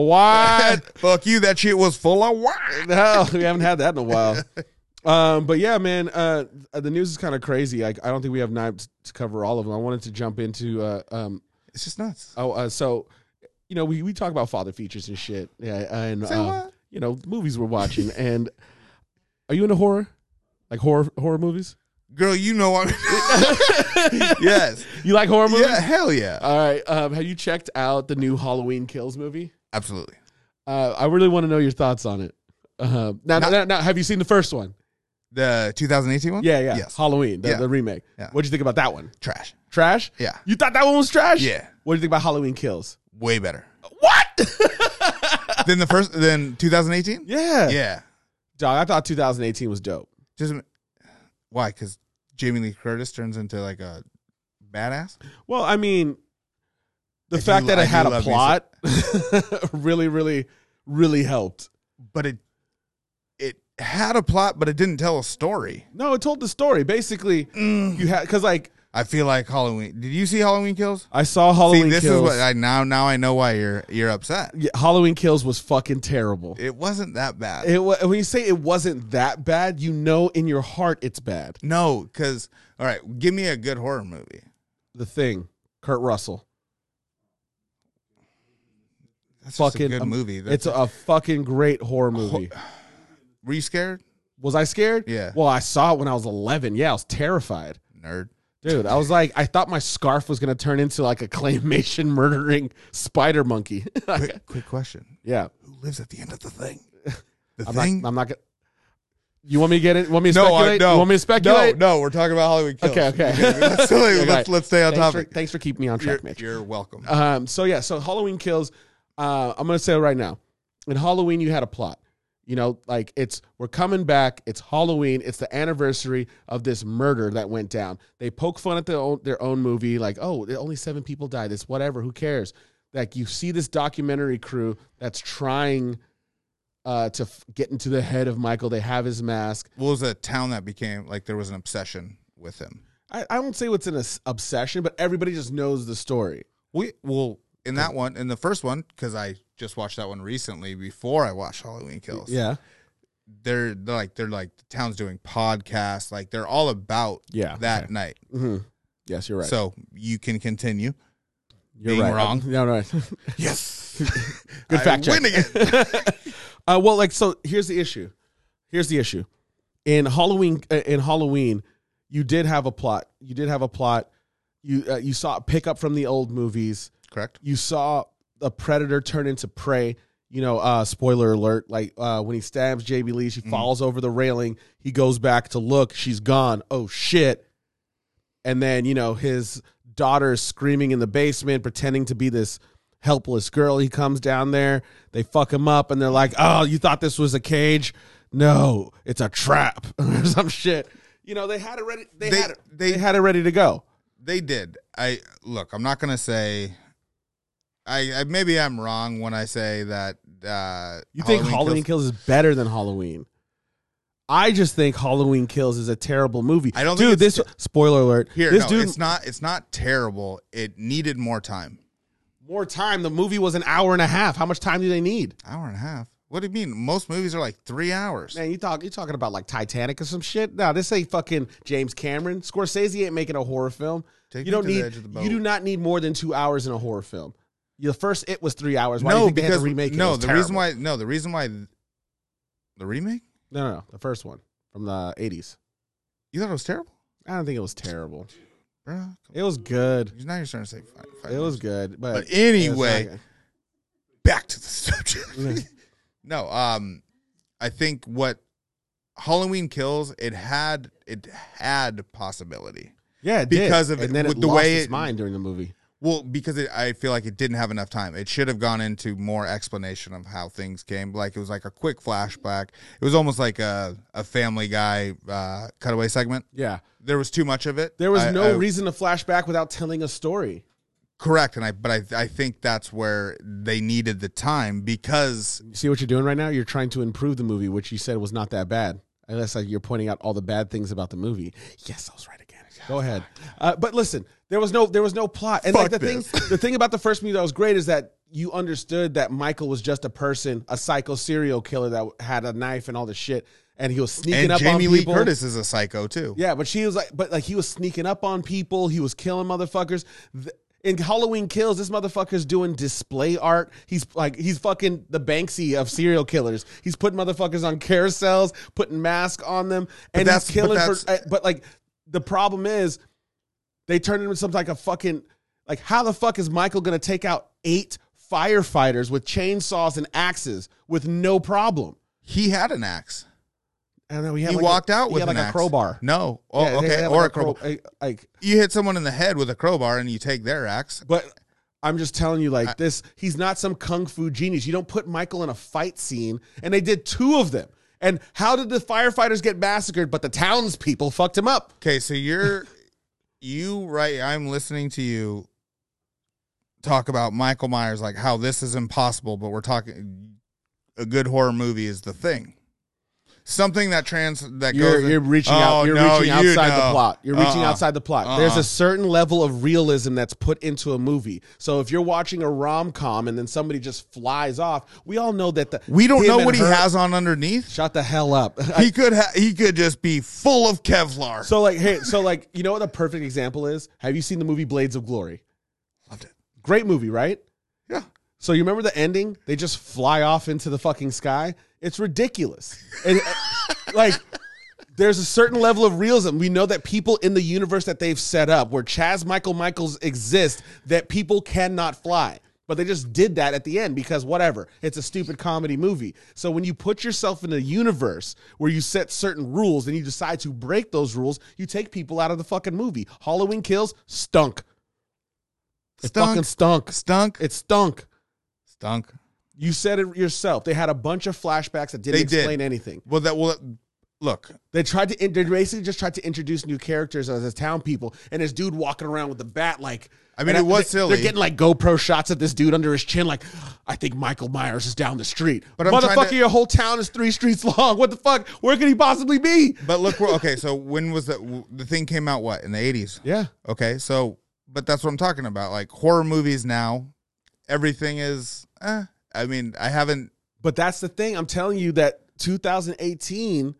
[SPEAKER 2] wide.
[SPEAKER 1] Fuck you. That shit was full of wine.
[SPEAKER 2] no, we haven't had that in a while. Um, but yeah, man, uh, the news is kind of crazy. Like, I don't think we have time to cover all of them. I wanted to jump into uh, um,
[SPEAKER 1] It's just nuts.
[SPEAKER 2] Oh, uh, so you know, we, we talk about father features and shit, yeah, and
[SPEAKER 1] Say
[SPEAKER 2] uh,
[SPEAKER 1] what?
[SPEAKER 2] you know, movies we're watching. and are you into horror? Like horror horror movies?
[SPEAKER 1] Girl, you know I'm. yes.
[SPEAKER 2] You like horror movies?
[SPEAKER 1] Yeah, hell yeah.
[SPEAKER 2] All right. Um, have you checked out the new Halloween Kills movie?
[SPEAKER 1] Absolutely.
[SPEAKER 2] Uh, I really want to know your thoughts on it. Uh, now, now,
[SPEAKER 1] Not-
[SPEAKER 2] now, have you seen the first one?
[SPEAKER 1] The 2018 one?
[SPEAKER 2] Yeah, yeah.
[SPEAKER 1] Yes.
[SPEAKER 2] Halloween, the,
[SPEAKER 1] Yeah.
[SPEAKER 2] the remake.
[SPEAKER 1] Yeah.
[SPEAKER 2] What'd you think about that one?
[SPEAKER 1] Trash.
[SPEAKER 2] Trash?
[SPEAKER 1] Yeah.
[SPEAKER 2] You thought that one was trash?
[SPEAKER 1] Yeah.
[SPEAKER 2] What do you think about Halloween Kills?
[SPEAKER 1] Way better.
[SPEAKER 2] What?
[SPEAKER 1] than the first, than 2018?
[SPEAKER 2] yeah.
[SPEAKER 1] Yeah.
[SPEAKER 2] Dog, I thought 2018 was dope.
[SPEAKER 1] Just why? Because Jamie Lee Curtis turns into like a badass.
[SPEAKER 2] Well, I mean, the
[SPEAKER 1] I do-
[SPEAKER 2] fact that
[SPEAKER 1] I
[SPEAKER 2] it
[SPEAKER 1] do
[SPEAKER 2] had a
[SPEAKER 1] love me
[SPEAKER 2] plot really, really, really helped.
[SPEAKER 1] But it it had a plot, but it didn't tell a story.
[SPEAKER 2] No, it told the story. Basically,
[SPEAKER 1] Mm.
[SPEAKER 2] you had because like
[SPEAKER 1] I feel like Halloween. Did you see Halloween Kills?
[SPEAKER 2] I saw Halloween
[SPEAKER 1] see, this
[SPEAKER 2] Kills.
[SPEAKER 1] is what I now now I know why you're you're upset.
[SPEAKER 2] Yeah, Halloween Kills was fucking terrible.
[SPEAKER 1] It wasn't that bad.
[SPEAKER 2] It wa- when you say it wasn't that bad, you know in your heart it's bad.
[SPEAKER 1] no, because all right, give me a good horror movie.
[SPEAKER 2] The thing, Kurt Russell,
[SPEAKER 1] That's
[SPEAKER 2] Fucking
[SPEAKER 1] just a good
[SPEAKER 2] am-
[SPEAKER 1] movie. That's
[SPEAKER 2] it's a fucking great horror movie.
[SPEAKER 1] were you scared?
[SPEAKER 2] Was I scared?
[SPEAKER 1] Yeah.
[SPEAKER 2] Well, I saw it when I was 11. Yeah, I was terrified.
[SPEAKER 1] Nerd.
[SPEAKER 2] Dude, I was like, I thought my scarf was gonna turn into like a claymation murdering spider monkey.
[SPEAKER 1] Quick, quick question:
[SPEAKER 2] yeah,
[SPEAKER 1] Who lives at the end of the thing? The
[SPEAKER 2] I'm not.
[SPEAKER 1] thing.
[SPEAKER 2] I'm not gonna. You want me to get it? Want me to
[SPEAKER 1] no, I,
[SPEAKER 2] speculate?
[SPEAKER 1] no.
[SPEAKER 2] You want me to speculate?
[SPEAKER 1] No, no. We're talking about Halloween Kills.
[SPEAKER 2] Okay, okay.
[SPEAKER 1] let's, stay-
[SPEAKER 2] Okay.
[SPEAKER 1] let's, let's stay on
[SPEAKER 2] Thanks for,
[SPEAKER 1] topic. Uh,
[SPEAKER 2] thanks for keeping me on
[SPEAKER 1] You're,
[SPEAKER 2] track, Mitch.
[SPEAKER 1] you're welcome.
[SPEAKER 2] Um, so yeah, so Halloween kills. Uh, I'm gonna say it right now. In Halloween, you had a plot. You know, like it's we're coming back. It's Halloween. It's the anniversary of this murder that went down. They poke fun at their own their own movie, like oh, only seven people died. It's whatever. Who cares? Like you see this documentary crew that's trying uh, to f- get into the head of Michael. They have his mask.
[SPEAKER 1] What was a town that became like there was an obsession with him?
[SPEAKER 2] I, I won't say it's an obs- obsession, but everybody just knows the story.
[SPEAKER 1] We well in that one in the first one because I just watched that one recently before I watched Halloween Kills.
[SPEAKER 2] Yeah,
[SPEAKER 1] they're, they're like they're like the town's doing podcasts. Like they're all about
[SPEAKER 2] yeah.
[SPEAKER 1] that night.
[SPEAKER 2] hmm Yes, you're right.
[SPEAKER 1] So you can continue.
[SPEAKER 2] You're
[SPEAKER 1] being
[SPEAKER 2] right.
[SPEAKER 1] wrong.
[SPEAKER 2] No, no.
[SPEAKER 1] Yes.
[SPEAKER 2] Good fact
[SPEAKER 1] I
[SPEAKER 2] check.
[SPEAKER 1] Win again.
[SPEAKER 2] uh, well, like so. Here's the issue. Here's the issue. In Halloween, uh, in Halloween, you did have a plot. You did have a plot. You uh, you saw a pickup from the old movies.
[SPEAKER 1] Correct.
[SPEAKER 2] You saw a predator turn into prey. You know, uh, spoiler alert. Like uh, when he stabs JB Lee, she falls over the railing. He goes back to look. She's gone. Oh shit! and then you know his daughter is screaming in the basement pretending to be this helpless girl he comes down there they fuck him up and they're like oh you thought this was a cage no it's a trap or some shit you know they had it ready they,
[SPEAKER 1] They-
[SPEAKER 2] had it they,
[SPEAKER 1] they-
[SPEAKER 2] had it ready to go
[SPEAKER 1] They did. I look. I'm not gonna say. I, I maybe I'm wrong when I say that. Uh,
[SPEAKER 2] you think halloween kills, is better than halloween i just think halloween kills is a terrible movie
[SPEAKER 1] I don't
[SPEAKER 2] dude
[SPEAKER 1] think it's
[SPEAKER 2] this spoiler alert
[SPEAKER 1] Here,
[SPEAKER 2] this
[SPEAKER 1] no,
[SPEAKER 2] dude
[SPEAKER 1] it's not. It's not terrible. It needed more time.
[SPEAKER 2] more time the movie was an hour and a half how much time do they need
[SPEAKER 1] Hour and a half. What do you mean? Most movies are like three hours.
[SPEAKER 2] Man, you talk you talking about like Titanic or some shit? No, this ain't fucking James Cameron. Scorsese ain't making a horror film.
[SPEAKER 1] Take me
[SPEAKER 2] you don't
[SPEAKER 1] to the
[SPEAKER 2] need
[SPEAKER 1] edge of the
[SPEAKER 2] you do
[SPEAKER 1] boat.
[SPEAKER 2] not need more than two hours in a horror film. The first it was three hours. Why do you
[SPEAKER 1] no,
[SPEAKER 2] think they had
[SPEAKER 1] because
[SPEAKER 2] to remake it? It
[SPEAKER 1] no.
[SPEAKER 2] was
[SPEAKER 1] The
[SPEAKER 2] terrible.
[SPEAKER 1] reason why no. The reason why the remake.
[SPEAKER 2] no no no the first one from the eighties.
[SPEAKER 1] You thought it was terrible,
[SPEAKER 2] I don't think it was terrible.
[SPEAKER 1] Bruh, come
[SPEAKER 2] It was good.
[SPEAKER 1] on. Now you're starting to say. Five, five
[SPEAKER 2] It was good, but,
[SPEAKER 1] But
[SPEAKER 2] it's
[SPEAKER 1] anyway,
[SPEAKER 2] not good.
[SPEAKER 1] back to the subject. no, um, I think what Halloween kills it had it had possibility.
[SPEAKER 2] yeah, it did.
[SPEAKER 1] because of
[SPEAKER 2] and
[SPEAKER 1] it-
[SPEAKER 2] then
[SPEAKER 1] with
[SPEAKER 2] it
[SPEAKER 1] the
[SPEAKER 2] lost
[SPEAKER 1] way
[SPEAKER 2] its
[SPEAKER 1] it-
[SPEAKER 2] mind during the movie.
[SPEAKER 1] Well, because it, I feel like it didn't have enough time. It should have gone into more explanation of how things came. Like it was like a quick flashback. It was almost like a a Family Guy uh, cutaway segment.
[SPEAKER 2] Yeah,
[SPEAKER 1] There was too much of it.
[SPEAKER 2] there was
[SPEAKER 1] I-
[SPEAKER 2] no
[SPEAKER 1] I-
[SPEAKER 2] reason to flashback without telling a story.
[SPEAKER 1] correct, and I but I I think that's where they needed the time because
[SPEAKER 2] See what you're doing right now? You're trying to improve the movie, which you said was not that bad. Unless like you're pointing out all the bad things about the movie. Yes, I was right again. Go ahead. Uh, but listen, there was no there was no plot. And like the
[SPEAKER 1] Fuck
[SPEAKER 2] thing the thing about the first movie that was great is that you understood that Michael was just a person, a psycho serial killer that had a knife and all this shit, and he was sneaking
[SPEAKER 1] and
[SPEAKER 2] up
[SPEAKER 1] Jamie
[SPEAKER 2] on
[SPEAKER 1] Lee
[SPEAKER 2] people.
[SPEAKER 1] Curtis is a psycho too.
[SPEAKER 2] Yeah, but she was like, but like he was sneaking up on people. He was killing motherfuckers. Th- in Halloween Kills, this motherfucker's doing display art. He's like, he's fucking the Banksy of serial killers. He's putting motherfuckers on carousels, putting masks on them, and
[SPEAKER 1] that's-
[SPEAKER 2] he's killing.
[SPEAKER 1] but
[SPEAKER 2] But, for, uh,
[SPEAKER 1] that's-
[SPEAKER 2] but like, the problem is, they turned him into some like a fucking like. How the fuck is Michael gonna take out eight firefighters with chainsaws and axes with no problem?
[SPEAKER 1] He had an axe.
[SPEAKER 2] And then we had
[SPEAKER 1] he
[SPEAKER 2] like
[SPEAKER 1] walked
[SPEAKER 2] a,
[SPEAKER 1] out
[SPEAKER 2] he
[SPEAKER 1] with
[SPEAKER 2] had
[SPEAKER 1] an
[SPEAKER 2] like a
[SPEAKER 1] axe.
[SPEAKER 2] crowbar.
[SPEAKER 1] No. Oh,
[SPEAKER 2] Yeah, they
[SPEAKER 1] okay.
[SPEAKER 2] had,
[SPEAKER 1] or
[SPEAKER 2] like
[SPEAKER 1] a crowbar.
[SPEAKER 2] crow- a- eh, like
[SPEAKER 1] You hit someone in the head with a crowbar and you take their axe.
[SPEAKER 2] But I'm just telling you, like this, he's not some kung fu genius. You don't put Michael in a fight scene, and they did two of them. And how did the firefighters get massacred? But the townspeople fucked him up.
[SPEAKER 1] Okay, so you're you right. I'm listening to you talk about Michael Myers, like how this is impossible, but we're talking a good horror movie is the thing. Something that trans that
[SPEAKER 2] You're,
[SPEAKER 1] goes. in-
[SPEAKER 2] you're reaching
[SPEAKER 1] Oh,
[SPEAKER 2] out. You're
[SPEAKER 1] no,
[SPEAKER 2] reaching
[SPEAKER 1] you
[SPEAKER 2] outside the
[SPEAKER 1] know.
[SPEAKER 2] plot. You're reaching
[SPEAKER 1] Uh-uh.
[SPEAKER 2] outside the plot.
[SPEAKER 1] Uh-uh.
[SPEAKER 2] There's a certain level of realism that's put into a movie. So if you're watching a rom com and then somebody just flies off, we all know that the
[SPEAKER 1] We don't
[SPEAKER 2] him
[SPEAKER 1] know
[SPEAKER 2] and
[SPEAKER 1] what he
[SPEAKER 2] her-
[SPEAKER 1] has on underneath.
[SPEAKER 2] Shut the hell up.
[SPEAKER 1] He could ha- he could just be full of Kevlar.
[SPEAKER 2] so like, hey, so like, you know what the perfect example is? Have you seen the movie Blades of Glory?
[SPEAKER 1] Loved it.
[SPEAKER 2] Great movie, right?
[SPEAKER 1] Yeah.
[SPEAKER 2] So you remember the ending? They just fly off into the fucking sky. It's ridiculous. And uh, like there's a certain level of realism. We know that people in the universe that they've set up where Chaz Michael Michaels exist that people cannot fly. But they just did that at the end because whatever. It's a stupid comedy movie. So when you put yourself in a universe where you set certain rules and you decide to break those rules, you take people out of the fucking movie. Halloween Kills stunk. It fucking
[SPEAKER 1] Stunk,
[SPEAKER 2] stunk.
[SPEAKER 1] stunk,
[SPEAKER 2] It stunk.
[SPEAKER 1] stunk.
[SPEAKER 2] You said it yourself. They had a bunch of flashbacks that didn't
[SPEAKER 1] They did.
[SPEAKER 2] explain anything.
[SPEAKER 1] Well, that well, look.
[SPEAKER 2] They tried to. They basically just tried to introduce new characters as, as town people, and this dude walking around with the bat. Like,
[SPEAKER 1] I mean,
[SPEAKER 2] and
[SPEAKER 1] it was
[SPEAKER 2] they-
[SPEAKER 1] silly.
[SPEAKER 2] They're getting like GoPro shots of this dude under his chin. Like, I think Michael Myers is down the street. But
[SPEAKER 1] But I'm trying
[SPEAKER 2] motherfucker,
[SPEAKER 1] to-
[SPEAKER 2] your whole town is three streets long. What the fuck? Where could he possibly be?
[SPEAKER 1] But look, we're- okay. So when was the the thing came out? What in the eighties?
[SPEAKER 2] Yeah,
[SPEAKER 1] Okay, so but that's what I'm talking about. Like horror movies now, everything is. Eh, I mean, I haven't.
[SPEAKER 2] but that's the thing. I'm telling you that 2018.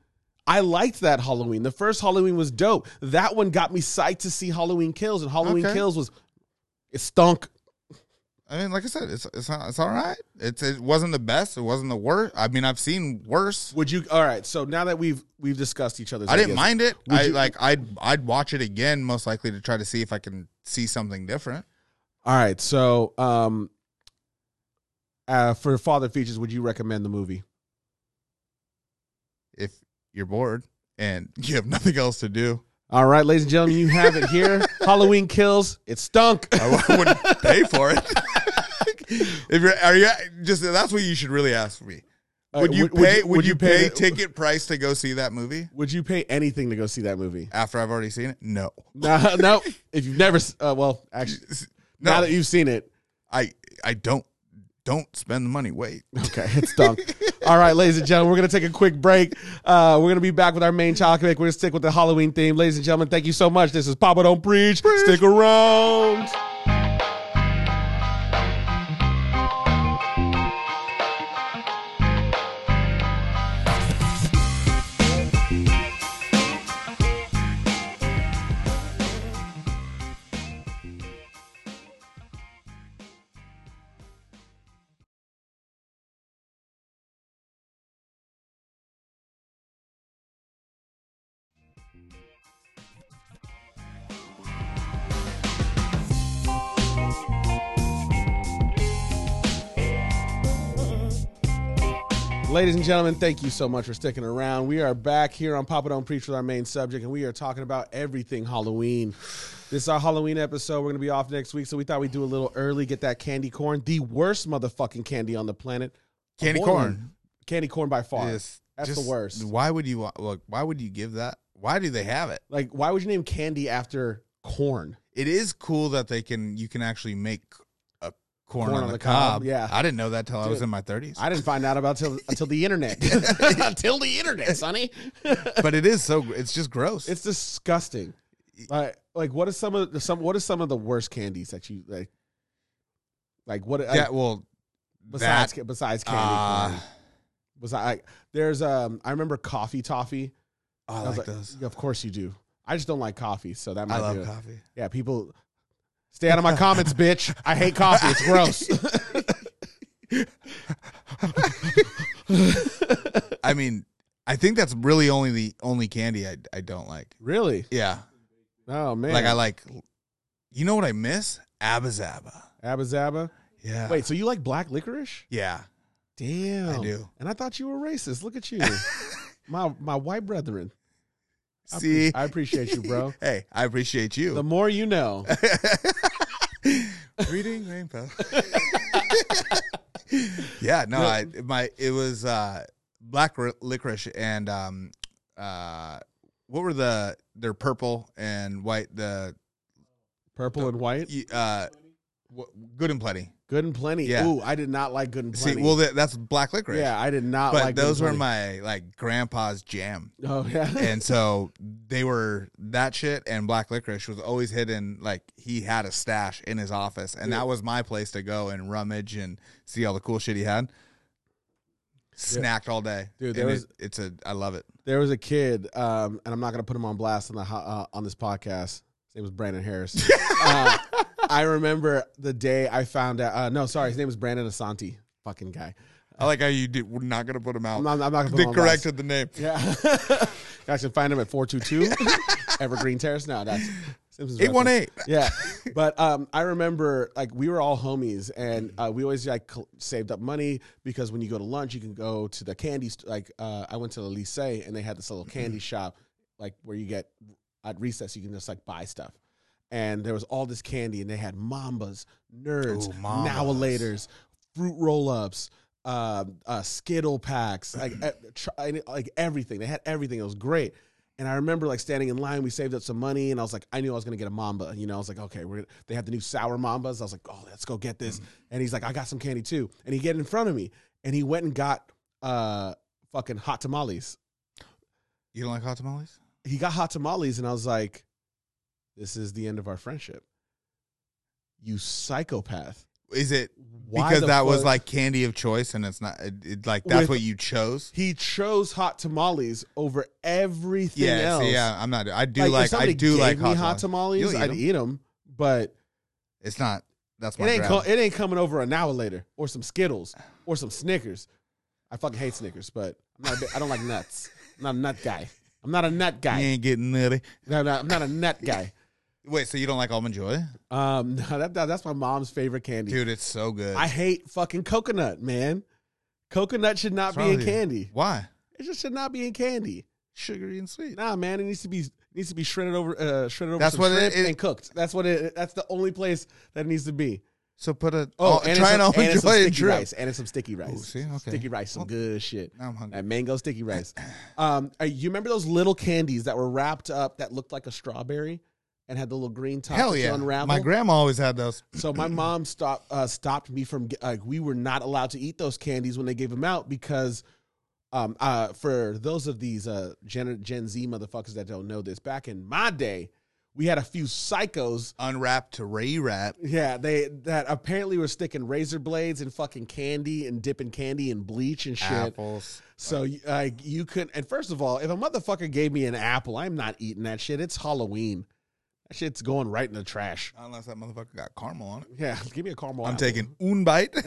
[SPEAKER 2] I liked that Halloween. The first Halloween was dope. That one got me psyched to see Halloween Kills, and Halloween
[SPEAKER 1] Okay.
[SPEAKER 2] Kills was it stunk.
[SPEAKER 1] I mean, like I said, it's it's not, it's all right. It's it wasn't the best. It wasn't the worst. I mean, I've seen worse.
[SPEAKER 2] Would you? All right. So now that we've we've discussed each other's,
[SPEAKER 1] I didn't
[SPEAKER 2] ideas,
[SPEAKER 1] mind it.
[SPEAKER 2] Would
[SPEAKER 1] I
[SPEAKER 2] you-
[SPEAKER 1] like I'd I'd watch it again, most likely to try to see if I can see something different.
[SPEAKER 2] All right. So, um, uh, for father features, would you recommend the movie?
[SPEAKER 1] If you're bored and you have nothing else to do,
[SPEAKER 2] All right, ladies and gentlemen, you have it here. Halloween kills. It stunk.
[SPEAKER 1] I, I wouldn't pay for it. if you're are you just that's what you should really ask me.
[SPEAKER 2] All
[SPEAKER 1] Would
[SPEAKER 2] right,
[SPEAKER 1] you pay? Would, you, pay,
[SPEAKER 2] the-
[SPEAKER 1] ticket price to go see that movie
[SPEAKER 2] Would you pay anything to go see that movie?
[SPEAKER 1] after I've already seen it? No,
[SPEAKER 2] No, no. If you've never, s- uh, well, actually,
[SPEAKER 1] no.
[SPEAKER 2] now that you've seen it,
[SPEAKER 1] I I don't don't spend the money. Wait,
[SPEAKER 2] Okay, it's done. All right, ladies and gentlemen, we're going to take a quick break. Uh, we're going to be back with our main topic. We're going to stick with the Halloween theme. Ladies and gentlemen, thank you so much. This is Papa Don't Preach. Stick around. Ladies and gentlemen, thank you so much for sticking around. We are back here on Papa Don't Preach with our main subject, and we are talking about everything Halloween. This is our Halloween episode. We're going to be off next week, so we thought we'd do a little early, get that candy corn, the worst motherfucking candy on the planet.
[SPEAKER 1] candy
[SPEAKER 2] Avoid
[SPEAKER 1] corn
[SPEAKER 2] Candy corn by far.
[SPEAKER 1] is
[SPEAKER 2] That's the worst.
[SPEAKER 1] Why would you wa- look? Why would you give that? Why do they have it?
[SPEAKER 2] Like, why would you name candy after corn?
[SPEAKER 1] It is cool that they can. You can actually make a corn, on, the,
[SPEAKER 2] cob,
[SPEAKER 1] cob.
[SPEAKER 2] yeah.
[SPEAKER 1] I didn't know that till I was
[SPEAKER 2] Dude.
[SPEAKER 1] in my thirties.
[SPEAKER 2] I didn't find out about till until the internet. until the internet, Sonny.
[SPEAKER 1] But it is so. gr- It's just gross.
[SPEAKER 2] it's disgusting. Like, like what is some of the, some what are some of the worst candies that you like? Like what?
[SPEAKER 1] yeah.
[SPEAKER 2] like,
[SPEAKER 1] Well,
[SPEAKER 2] besides
[SPEAKER 1] that,
[SPEAKER 2] ca- besides candy
[SPEAKER 1] uh,
[SPEAKER 2] corn. Besides, like, there's um I remember coffee toffee.
[SPEAKER 1] oh, I
[SPEAKER 2] was
[SPEAKER 1] like, those.
[SPEAKER 2] Of course you do. I just don't like coffee, so that might
[SPEAKER 1] I
[SPEAKER 2] be
[SPEAKER 1] love
[SPEAKER 2] it.
[SPEAKER 1] coffee.
[SPEAKER 2] Yeah, people stay out of my comments, bitch. I hate coffee. It's gross.
[SPEAKER 1] I mean, I think that's really only the only candy I, I don't like.
[SPEAKER 2] really?
[SPEAKER 1] Yeah.
[SPEAKER 2] Oh man.
[SPEAKER 1] Like I like you know what I miss? Abba Zaba.
[SPEAKER 2] Abba Zaba.
[SPEAKER 1] Yeah.
[SPEAKER 2] Wait, so you like black licorice?
[SPEAKER 1] Yeah.
[SPEAKER 2] Damn.
[SPEAKER 1] I do.
[SPEAKER 2] And I thought you were racist. Look at you. my my white brethren. I appre-
[SPEAKER 1] See?
[SPEAKER 2] I appreciate you, bro.
[SPEAKER 1] hey, I appreciate
[SPEAKER 2] The
[SPEAKER 1] you.
[SPEAKER 2] more you know.
[SPEAKER 1] Reading Rainbow. yeah, no, I my it was uh black ri- licorice and um uh what were the they're purple and white the
[SPEAKER 2] Purple and white,
[SPEAKER 1] y- uh wh- good and plenty.
[SPEAKER 2] good and plenty.
[SPEAKER 1] Yeah.
[SPEAKER 2] Ooh, I did not like good and
[SPEAKER 1] See,
[SPEAKER 2] plenty.
[SPEAKER 1] well that, that's black licorice.
[SPEAKER 2] yeah, I did not
[SPEAKER 1] but
[SPEAKER 2] like. Good
[SPEAKER 1] those were
[SPEAKER 2] and
[SPEAKER 1] my like grandpa's jam.
[SPEAKER 2] Plenty. Oh yeah.
[SPEAKER 1] and so they were that shit and black licorice was always hidden like he had a stash in his office and that was my place to go and rummage and see all the cool shit he had snacked all day
[SPEAKER 2] Dude, there
[SPEAKER 1] and
[SPEAKER 2] was-
[SPEAKER 1] it, it's a i love it
[SPEAKER 2] there was a kid, um, and I'm not gonna put him on blast on the ho- uh, on this podcast. His name was Brandon Harris. uh, I remember the day I found out. Uh, no, sorry, his name was Brandon Asante. Fucking guy.
[SPEAKER 1] i like how you did we're not gonna put him out
[SPEAKER 2] I'm not, I'm not gonna put
[SPEAKER 1] they
[SPEAKER 2] him on blast.
[SPEAKER 1] corrected the name
[SPEAKER 2] Yeah. you guys can find him at 422 Evergreen Terrace. No, that's Simpsons. reference.
[SPEAKER 1] 818
[SPEAKER 2] Yeah. But um, I remember like we were all homies and uh, we always like cl- saved up money because when you go to lunch, you can go to the candy. St- like uh, I went to the Lycée and they had this little
[SPEAKER 1] Mm-hmm.
[SPEAKER 2] candy shop like where you get at recess, you can just like buy stuff. And there was all this candy and they had Mambas, Nerds,
[SPEAKER 1] Ooh, Mambas.
[SPEAKER 2] Nowalators, Fruit Roll-Ups, um, uh, Skittle packs, like e- tr- I- like everything. They had everything. It was great. And I remember like standing in line. We saved up some money, and I was like, I knew I was gonna get a Mamba. You know, I was like, okay, we're gonna, they have the new sour Mambas. I was like, oh, let's go get this.
[SPEAKER 1] Mm-hmm.
[SPEAKER 2] And he's like, I got some candy too. And he get in front of me, and he went and got uh fucking hot tamales.
[SPEAKER 1] you don't like hot tamales
[SPEAKER 2] He got hot tamales, and I was like, this is the end of our friendship. You psychopath.
[SPEAKER 1] is it
[SPEAKER 2] Why
[SPEAKER 1] because
[SPEAKER 2] the
[SPEAKER 1] that was
[SPEAKER 2] fuck-
[SPEAKER 1] like candy of choice and it's not it, it- like that's
[SPEAKER 2] With-
[SPEAKER 1] what you chose
[SPEAKER 2] He chose hot tamales over everything
[SPEAKER 1] yeah
[SPEAKER 2] else.
[SPEAKER 1] see, yeah i'm not i do
[SPEAKER 2] Like, if
[SPEAKER 1] like, i
[SPEAKER 2] somebody
[SPEAKER 1] do
[SPEAKER 2] gave
[SPEAKER 1] like
[SPEAKER 2] me
[SPEAKER 1] hot,
[SPEAKER 2] hot
[SPEAKER 1] tamales.
[SPEAKER 2] tamales.
[SPEAKER 1] You'll eat
[SPEAKER 2] I'd
[SPEAKER 1] 'em.
[SPEAKER 2] eat them, but
[SPEAKER 1] it's not that's
[SPEAKER 2] it
[SPEAKER 1] my
[SPEAKER 2] ain't
[SPEAKER 1] grab.
[SPEAKER 2] co- it ain't coming over an hour later or some Skittles or some Snickers. I fucking hate Snickers, but I'm not. A, big- I don't like nuts. I'm not a nut guy. I'm not a nut
[SPEAKER 1] You
[SPEAKER 2] guy.
[SPEAKER 1] ain't getting nutty.
[SPEAKER 2] No, no, I'm not a nut guy.
[SPEAKER 1] Wait, so you don't like almond joy,
[SPEAKER 2] Um, no, that, that- that's my mom's favorite candy.
[SPEAKER 1] dude? It's so good.
[SPEAKER 2] I hate fucking coconut, man. Coconut should not
[SPEAKER 1] What's wrong
[SPEAKER 2] be in
[SPEAKER 1] with you?
[SPEAKER 2] candy.
[SPEAKER 1] Why?
[SPEAKER 2] It just should not be in candy.
[SPEAKER 1] Sugary and sweet.
[SPEAKER 2] Nah, man, it needs to be needs to be shredded over, uh, shredded over.
[SPEAKER 1] That's
[SPEAKER 2] some
[SPEAKER 1] what it-
[SPEAKER 2] shrimp
[SPEAKER 1] it-
[SPEAKER 2] and cooked. That's what it. That's the only place that it needs to be.
[SPEAKER 1] So put a
[SPEAKER 2] Oh,
[SPEAKER 1] oh,
[SPEAKER 2] and
[SPEAKER 1] try
[SPEAKER 2] it's
[SPEAKER 1] an
[SPEAKER 2] some, and
[SPEAKER 1] almond
[SPEAKER 2] it's some
[SPEAKER 1] joy
[SPEAKER 2] sticky
[SPEAKER 1] and drip.
[SPEAKER 2] rice, and it's some sticky rice.
[SPEAKER 1] see, okay. mm.
[SPEAKER 2] Sticky rice, some good shit.
[SPEAKER 1] Now I'm hungry.
[SPEAKER 2] That mango sticky rice. Um, uh, you remember those little candies that were wrapped up that looked like a strawberry and had the little green top
[SPEAKER 1] Hell
[SPEAKER 2] that
[SPEAKER 1] yeah!
[SPEAKER 2] you unravel?
[SPEAKER 1] My grandma always had those.
[SPEAKER 2] so my mom stopped uh, stopped me from get- like we were not allowed to eat those candies when they gave them out because um uh for those of these uh Gen, Gen Z motherfuckers that don't know this, back in my day, we had a few psychos
[SPEAKER 1] Unwrapped to re-wrap.
[SPEAKER 2] yeah, they that apparently were sticking razor blades and fucking candy and dipping candy and bleach and shit.
[SPEAKER 1] Apples.
[SPEAKER 2] So you- like you couldn't. And first of all, if a motherfucker gave me an apple, I'm not eating that shit. It's Halloween. That shit's going right in the trash.
[SPEAKER 1] Unless that motherfucker got caramel on it.
[SPEAKER 2] Yeah, give me a caramel.
[SPEAKER 1] I'm
[SPEAKER 2] apple.
[SPEAKER 1] taking un bite, then,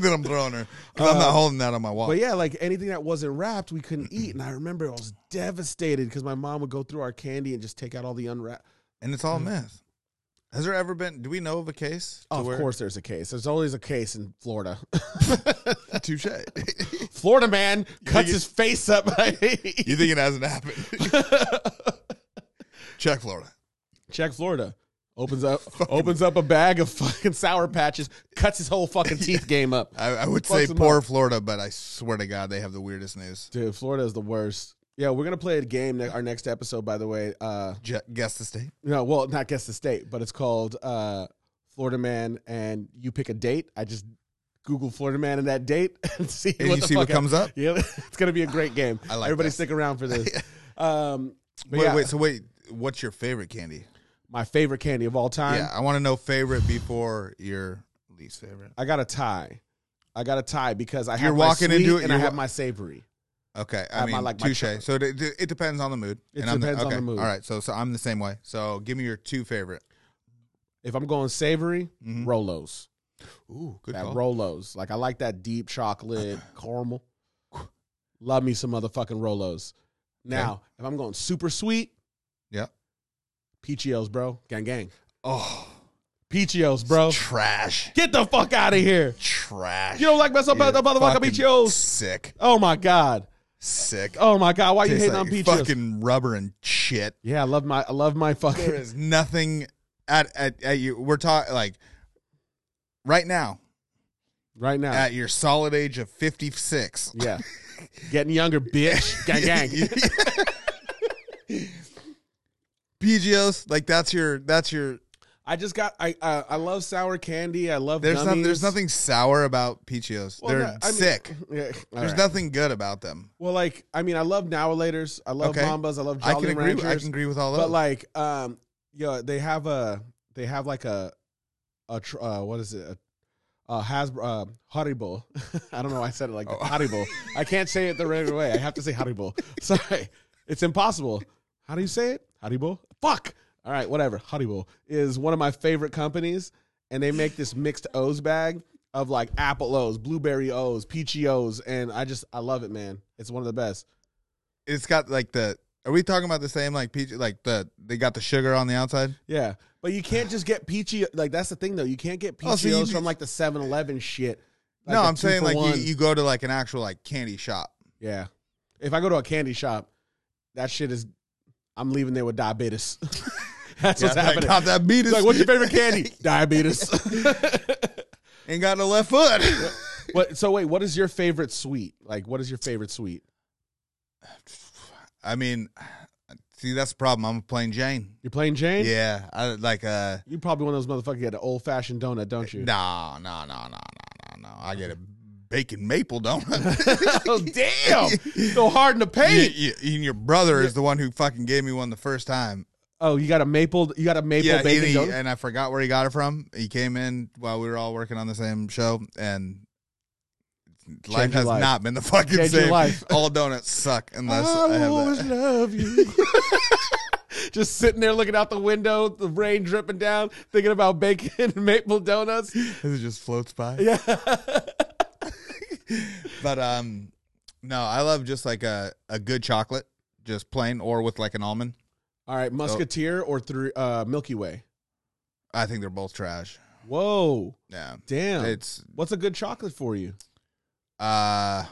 [SPEAKER 1] then I'm throwing her. 'Cause I'm not holding that on my wall.
[SPEAKER 2] Um, But yeah, like anything that wasn't wrapped, we couldn't eat. And I remember I was devastated because my mom would go through our candy and just take out all the unwrapped.
[SPEAKER 1] and it's all myth. Has there ever been? Do we know of a case? to
[SPEAKER 2] Mm-hmm. Oh, of
[SPEAKER 1] where-
[SPEAKER 2] course, there's a case. There's always a case in Florida.
[SPEAKER 1] touche.
[SPEAKER 2] Florida man cuts
[SPEAKER 1] it-
[SPEAKER 2] his face up.
[SPEAKER 1] you think it hasn't happened? Check Florida.
[SPEAKER 2] Check Florida. Opens up opens up a bag of fucking sour patches, cuts his whole fucking teeth game up.
[SPEAKER 1] I, I would
[SPEAKER 2] Fucks
[SPEAKER 1] say
[SPEAKER 2] them
[SPEAKER 1] poor Florida, but I swear to God, they have the weirdest news.
[SPEAKER 2] Dude, Florida is the worst. Yeah, we're gonna play a game ne- our next episode, by the way. Uh
[SPEAKER 1] Je- guess the state.
[SPEAKER 2] no, well, not guess the state, but it's called uh Florida Man and you pick a date. I just Google Florida Man and that date and see
[SPEAKER 1] And
[SPEAKER 2] what
[SPEAKER 1] you
[SPEAKER 2] the
[SPEAKER 1] see
[SPEAKER 2] fuck
[SPEAKER 1] what comes up?
[SPEAKER 2] Yeah, it's gonna be a great game.
[SPEAKER 1] I like
[SPEAKER 2] Everybody
[SPEAKER 1] this.
[SPEAKER 2] stick around for this. um but
[SPEAKER 1] Wait,
[SPEAKER 2] yeah,
[SPEAKER 1] wait. So wait, what's your favorite candy?
[SPEAKER 2] my favorite candy of all time.
[SPEAKER 1] yeah, I want to know favorite before your least favorite.
[SPEAKER 2] I got a tie. I got a tie because I
[SPEAKER 1] You're
[SPEAKER 2] have my
[SPEAKER 1] walking
[SPEAKER 2] sweet
[SPEAKER 1] into it,
[SPEAKER 2] and I
[SPEAKER 1] you're
[SPEAKER 2] have
[SPEAKER 1] wa-
[SPEAKER 2] my savory.
[SPEAKER 1] Okay,
[SPEAKER 2] Um, I
[SPEAKER 1] I mean,
[SPEAKER 2] like my
[SPEAKER 1] touche. So it, it it depends on the mood.
[SPEAKER 2] It
[SPEAKER 1] I'm
[SPEAKER 2] depends on the mood.
[SPEAKER 1] All right, so so I'm the same way. So give me your two favorite.
[SPEAKER 2] If I'm going savory,
[SPEAKER 1] Mhm.
[SPEAKER 2] Rolos.
[SPEAKER 1] Ooh, good
[SPEAKER 2] That
[SPEAKER 1] call.
[SPEAKER 2] Rolos. Like I like that deep chocolate caramel. Love me some motherfucking Rolos. Now, if I'm going super sweet,
[SPEAKER 1] Yeah.
[SPEAKER 2] Peachios, bro. Gang gang.
[SPEAKER 1] Oh,
[SPEAKER 2] Peachios, bro.
[SPEAKER 1] trash,
[SPEAKER 2] Get the fuck out of here.
[SPEAKER 1] trash.
[SPEAKER 2] You don't like myself about
[SPEAKER 1] You're
[SPEAKER 2] the motherfucking
[SPEAKER 1] fucking
[SPEAKER 2] Peachios.
[SPEAKER 1] Sick,
[SPEAKER 2] Oh my God.
[SPEAKER 1] sick.
[SPEAKER 2] Oh my God. Why you
[SPEAKER 1] Tastes
[SPEAKER 2] hating
[SPEAKER 1] like
[SPEAKER 2] on Peachios?
[SPEAKER 1] Fucking rubber and shit.
[SPEAKER 2] yeah, I love my I love my
[SPEAKER 1] There
[SPEAKER 2] fucking
[SPEAKER 1] is nothing at at, at you. We're talking like right now.
[SPEAKER 2] right now.
[SPEAKER 1] at your solid age of 56.
[SPEAKER 2] yeah, getting younger, bitch. Gang, gang.
[SPEAKER 1] PGOs, like that's your that's your
[SPEAKER 2] I just got. I uh, I love sour candy. I love.
[SPEAKER 1] there's not,
[SPEAKER 2] gummies.
[SPEAKER 1] there's nothing sour about PGOs.
[SPEAKER 2] Well,
[SPEAKER 1] They're
[SPEAKER 2] no, I mean-
[SPEAKER 1] sick.
[SPEAKER 2] Yeah, all
[SPEAKER 1] there's
[SPEAKER 2] right.
[SPEAKER 1] nothing good about them.
[SPEAKER 2] Well, like I mean, I love now Laters. I love
[SPEAKER 1] Okay.
[SPEAKER 2] Mambas. I love
[SPEAKER 1] I
[SPEAKER 2] Jolly
[SPEAKER 1] can agree. with- I
[SPEAKER 2] Ranchers.
[SPEAKER 1] can agree with all
[SPEAKER 2] but
[SPEAKER 1] those.
[SPEAKER 2] like, um, yo, they have a they have like a a tr- uh, what is it? A, a Hasbro uh, Haribo. I don't know. why I said it like
[SPEAKER 1] Oh.
[SPEAKER 2] Haribo. I can't say it the regular way. I have to say Haribo. Sorry, it's impossible. How do you say it? Haribo. Fuck. All right, whatever. Haribo is one of my favorite companies, and they make this mixed O's bag of like apple O's, blueberry O's, peachy O's, and I just I love it, man. It's one of the best.
[SPEAKER 1] it's got like the. Are we talking about the same like PG? Like the they got the sugar on the outside.
[SPEAKER 2] Yeah, but you can't just get peachy. Like that's the thing, though. You can't get peachy
[SPEAKER 1] Oh, so you
[SPEAKER 2] O's
[SPEAKER 1] do-
[SPEAKER 2] from like the 7-Eleven shit. Like,
[SPEAKER 1] no,
[SPEAKER 2] the
[SPEAKER 1] I'm
[SPEAKER 2] two
[SPEAKER 1] saying
[SPEAKER 2] for
[SPEAKER 1] like
[SPEAKER 2] one.
[SPEAKER 1] you, you go to like an actual like candy shop.
[SPEAKER 2] Yeah, if I go to a candy shop, that shit is. I'm leaving there with diabetes. that's what's
[SPEAKER 1] Yeah, like,
[SPEAKER 2] happening.
[SPEAKER 1] Got that beat
[SPEAKER 2] It's like, what's your favorite candy? diabetes.
[SPEAKER 1] Ain't got no left foot.
[SPEAKER 2] what, so wait, what is your favorite sweet? Like, what is your favorite sweet?
[SPEAKER 1] I mean, see that's the problem. I'm playing Jane.
[SPEAKER 2] You're playing Jane.
[SPEAKER 1] Yeah, I like uh.
[SPEAKER 2] You probably one of those motherfuckers get an old fashioned donut, don't you?
[SPEAKER 1] No, no, no, no, no, no, no. I get a bacon maple donut.
[SPEAKER 2] oh damn! So hard in the
[SPEAKER 1] You-
[SPEAKER 2] paint.
[SPEAKER 1] you- and your brother is the one who fucking gave me one the first time.
[SPEAKER 2] Oh, you got a maple. You got a maple
[SPEAKER 1] Yeah, and,
[SPEAKER 2] bacon
[SPEAKER 1] he,
[SPEAKER 2] donut.
[SPEAKER 1] and I forgot where he got it from. He came in while we were all working on the same show, and life
[SPEAKER 2] your
[SPEAKER 1] has
[SPEAKER 2] life.
[SPEAKER 1] not been the fucking
[SPEAKER 2] Change your
[SPEAKER 1] same.
[SPEAKER 2] life. Oh,
[SPEAKER 1] All donuts suck unless I, have that.
[SPEAKER 2] love you. Just sitting there looking out the window, the rain dripping down, thinking about bacon and maple donuts.
[SPEAKER 1] It just floats by.
[SPEAKER 2] Yeah.
[SPEAKER 1] But um, no, I love just like a a good chocolate, just plain or with like an almond.
[SPEAKER 2] All right, Musketeer or three, uh, Milky Way.
[SPEAKER 1] I think they're both trash.
[SPEAKER 2] Whoa,
[SPEAKER 1] Yeah,
[SPEAKER 2] damn!
[SPEAKER 1] it's
[SPEAKER 2] what's a good chocolate for you?
[SPEAKER 1] uh.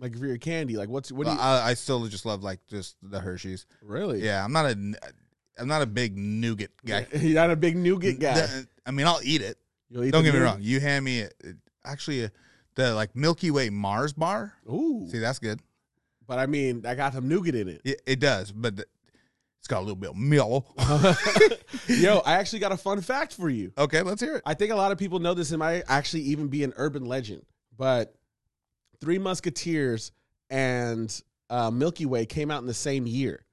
[SPEAKER 2] Like for your candy, like what's what do you
[SPEAKER 1] I, I still just love like just the Hershey's.
[SPEAKER 2] really?
[SPEAKER 1] Yeah, I'm not a, n- I'm not a big nougat guy.
[SPEAKER 2] You're not a big nougat guy.
[SPEAKER 1] Th- I mean, I'll eat it.
[SPEAKER 2] You'll eat
[SPEAKER 1] Don't
[SPEAKER 2] the
[SPEAKER 1] get me
[SPEAKER 2] nougat?
[SPEAKER 1] wrong. You hand me a, actually a, the like Milky Way Mars bar.
[SPEAKER 2] Ooh,
[SPEAKER 1] See, that's good.
[SPEAKER 2] but I mean, I got some nougat in it.
[SPEAKER 1] It, it does, but th- it's got a little bit of milk.
[SPEAKER 2] Yo, I actually got a fun fact for you.
[SPEAKER 1] okay, let's hear it.
[SPEAKER 2] I think a lot of people know this. It might actually even be an urban legend, but Three Musketeers and uh, Milky Way came out in the same year.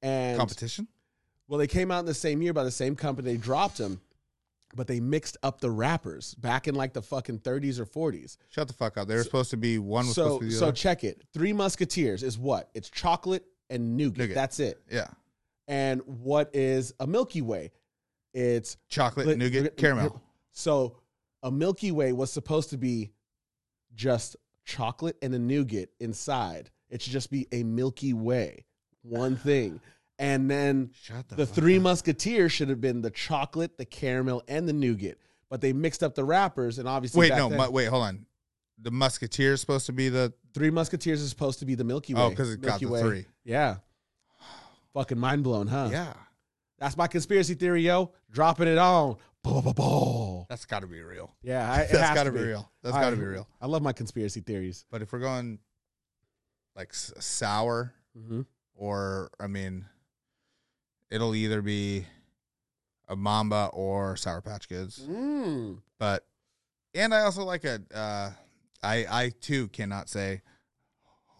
[SPEAKER 2] And
[SPEAKER 1] Competition.
[SPEAKER 2] well, they came out in the same year by the same company. They dropped them, but they mixed up the rappers back in like the fucking 30s or 40s.
[SPEAKER 1] Shut the fuck up. They were supposed to be one was
[SPEAKER 2] So,
[SPEAKER 1] supposed to be the
[SPEAKER 2] so
[SPEAKER 1] other.
[SPEAKER 2] check it. Three Musketeers is what? It's chocolate and nougat.
[SPEAKER 1] Nougat.
[SPEAKER 2] That's it.
[SPEAKER 1] Yeah,
[SPEAKER 2] And what is a Milky Way? It's
[SPEAKER 1] chocolate,
[SPEAKER 2] But-
[SPEAKER 1] nougat,
[SPEAKER 2] nougat-
[SPEAKER 1] caramel.
[SPEAKER 2] So a Milky Way was supposed to be just chocolate and a nougat inside. It should just be a Milky Way, one thing. And then
[SPEAKER 1] Shut the,
[SPEAKER 2] the
[SPEAKER 1] fuck
[SPEAKER 2] Three
[SPEAKER 1] up.
[SPEAKER 2] Musketeers should have been the chocolate, the caramel, and the nougat. But they mixed up the wrappers, and obviously,
[SPEAKER 1] Wait,
[SPEAKER 2] back
[SPEAKER 1] no,
[SPEAKER 2] then,
[SPEAKER 1] mu- wait, hold on. The Musketeers supposed to be the
[SPEAKER 2] Three Musketeers is supposed to be the Milky Way.
[SPEAKER 1] oh, because it got
[SPEAKER 2] Milky
[SPEAKER 1] the
[SPEAKER 2] Way.
[SPEAKER 1] three.
[SPEAKER 2] Yeah. Fucking mind blown, huh?
[SPEAKER 1] Yeah,
[SPEAKER 2] That's my conspiracy theory, yo. Dropping it on. Ba, ba, ba, ba.
[SPEAKER 1] that's got to be real.
[SPEAKER 2] Yeah, I, it
[SPEAKER 1] That's
[SPEAKER 2] has
[SPEAKER 1] got to
[SPEAKER 2] to
[SPEAKER 1] be real. That's
[SPEAKER 2] All
[SPEAKER 1] got to
[SPEAKER 2] right.
[SPEAKER 1] be real.
[SPEAKER 2] I love my conspiracy theories.
[SPEAKER 1] But if we're going like s- sour,
[SPEAKER 2] Mm-hmm.
[SPEAKER 1] or I mean, it'll either be a Mamba or Sour Patch Kids.
[SPEAKER 2] Mm.
[SPEAKER 1] But and I also like a. Uh, I I too cannot say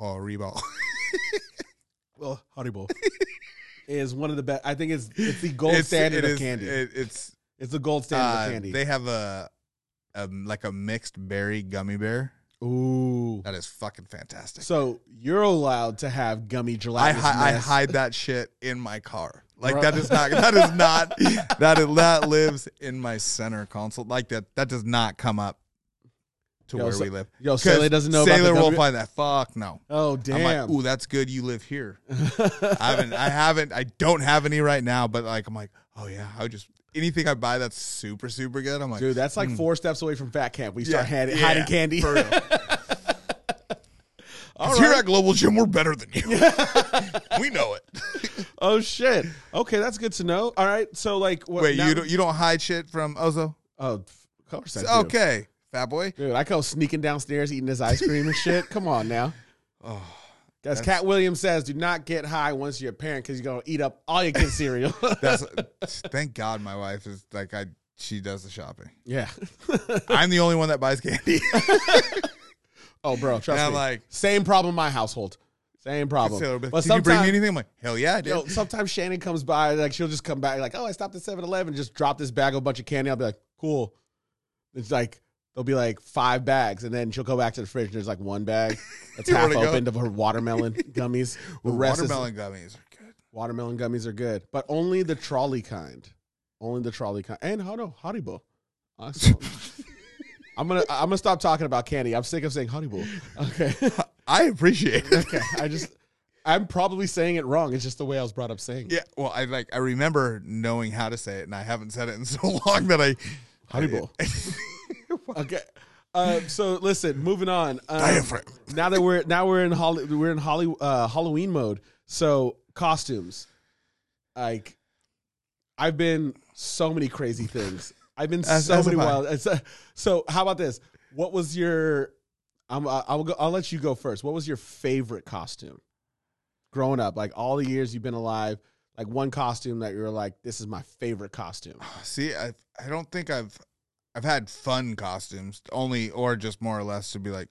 [SPEAKER 1] Haribo.
[SPEAKER 2] Well, Haribo is one of the best. I think it's it's the gold
[SPEAKER 1] It's-
[SPEAKER 2] standard
[SPEAKER 1] it
[SPEAKER 2] of
[SPEAKER 1] is-
[SPEAKER 2] candy.
[SPEAKER 1] it- it's
[SPEAKER 2] it's the gold standard
[SPEAKER 1] uh,
[SPEAKER 2] of candy.
[SPEAKER 1] they have a, a like a mixed berry gummy bear
[SPEAKER 2] Ooh.
[SPEAKER 1] that is fucking fantastic.
[SPEAKER 2] So you're allowed to have gummy
[SPEAKER 1] I,
[SPEAKER 2] gelatinous
[SPEAKER 1] hi- I
[SPEAKER 2] mess.
[SPEAKER 1] hide that shit in my car. Like
[SPEAKER 2] Bruh.
[SPEAKER 1] that is not that is not that is, that lives in my center console. Like that that does not come up to
[SPEAKER 2] Yo,
[SPEAKER 1] where
[SPEAKER 2] so-
[SPEAKER 1] we live.
[SPEAKER 2] Yo, Sailor
[SPEAKER 1] 'Cause
[SPEAKER 2] doesn't know
[SPEAKER 1] Sailor
[SPEAKER 2] about
[SPEAKER 1] will
[SPEAKER 2] the gummy.
[SPEAKER 1] find that. Fuck no.
[SPEAKER 2] Oh
[SPEAKER 1] I'm
[SPEAKER 2] damn.
[SPEAKER 1] like, ooh, that's good. You live here. I haven't. I haven't. I don't have any right now. But like, I'm like, oh yeah. I would just anything I buy that's super super good. I'm like,
[SPEAKER 2] Dude, that's like four steps away from fat camp. We start
[SPEAKER 1] Mm. Yeah,
[SPEAKER 2] hiding,
[SPEAKER 1] yeah,
[SPEAKER 2] hiding candy.
[SPEAKER 1] For real. 'Cause here at Global Gym, we're better than you. we know it.
[SPEAKER 2] oh shit. Okay, that's good to know. All right. So like, what,
[SPEAKER 1] Wait,
[SPEAKER 2] now-
[SPEAKER 1] you don't you don't hide shit from Ozo?
[SPEAKER 2] Oh, of course I do.
[SPEAKER 1] Okay. Fat Boy.
[SPEAKER 2] Dude, I go sneaking downstairs eating his ice cream and shit. Come on now.
[SPEAKER 1] Oh,
[SPEAKER 2] As Cat Williams says, do not get high once you're a parent because you're going to eat up all your kids' cereal.
[SPEAKER 1] that's thank God my wife is like I. She does the shopping.
[SPEAKER 2] yeah.
[SPEAKER 1] I'm the only one that buys candy.
[SPEAKER 2] oh, bro, trust
[SPEAKER 1] And I'm
[SPEAKER 2] me.
[SPEAKER 1] like-
[SPEAKER 2] Same problem in my household. Same problem.
[SPEAKER 1] So, but
[SPEAKER 2] But
[SPEAKER 1] Did you bring me
[SPEAKER 2] sometimes,
[SPEAKER 1] anything? I'm like, hell yeah, I did.
[SPEAKER 2] yo, sometimes Shannon comes by, like, she'll just come back, like, oh, I stopped at 7 Eleven, just drop this bag of a bunch of candy. I'll be like, cool. It's like, there'll be like five bags. And then she'll go back to the fridge and there's like one bag that's
[SPEAKER 1] You
[SPEAKER 2] half
[SPEAKER 1] wanna go-
[SPEAKER 2] opened of her watermelon gummies. The
[SPEAKER 1] The
[SPEAKER 2] rest is
[SPEAKER 1] watermelon gummies are good.
[SPEAKER 2] Watermelon gummies are good, but only the trolley kind. Only the trolley kind. And how do Haribo? Awesome. I'm gonna I'm gonna stop talking about candy. I'm sick of saying Haribo. Okay.
[SPEAKER 1] I appreciate it.
[SPEAKER 2] okay. I just I'm probably saying it wrong. It's just the way I was brought up saying. it.
[SPEAKER 1] Yeah, well, I like I remember knowing how to say it, and I haven't said it in so long that I
[SPEAKER 2] Haribo. okay. Uh, so listen, moving on. Um,
[SPEAKER 1] Diaphragm.
[SPEAKER 2] Now that we're now we're in Holly, we're in Holly, uh, Halloween mode. So costumes, like I've been so many crazy things. I've been
[SPEAKER 1] As-
[SPEAKER 2] so
[SPEAKER 1] as
[SPEAKER 2] many
[SPEAKER 1] have I.
[SPEAKER 2] wild. it's, uh, so how about this? What was your? I'm, I- I'll go. I'll let you go first. What was your favorite costume? Growing up, like all the years you've been alive, like one costume that you're like, this is my favorite costume.
[SPEAKER 1] see. I I don't think I've I've had fun costumes only, or just more or less to be like,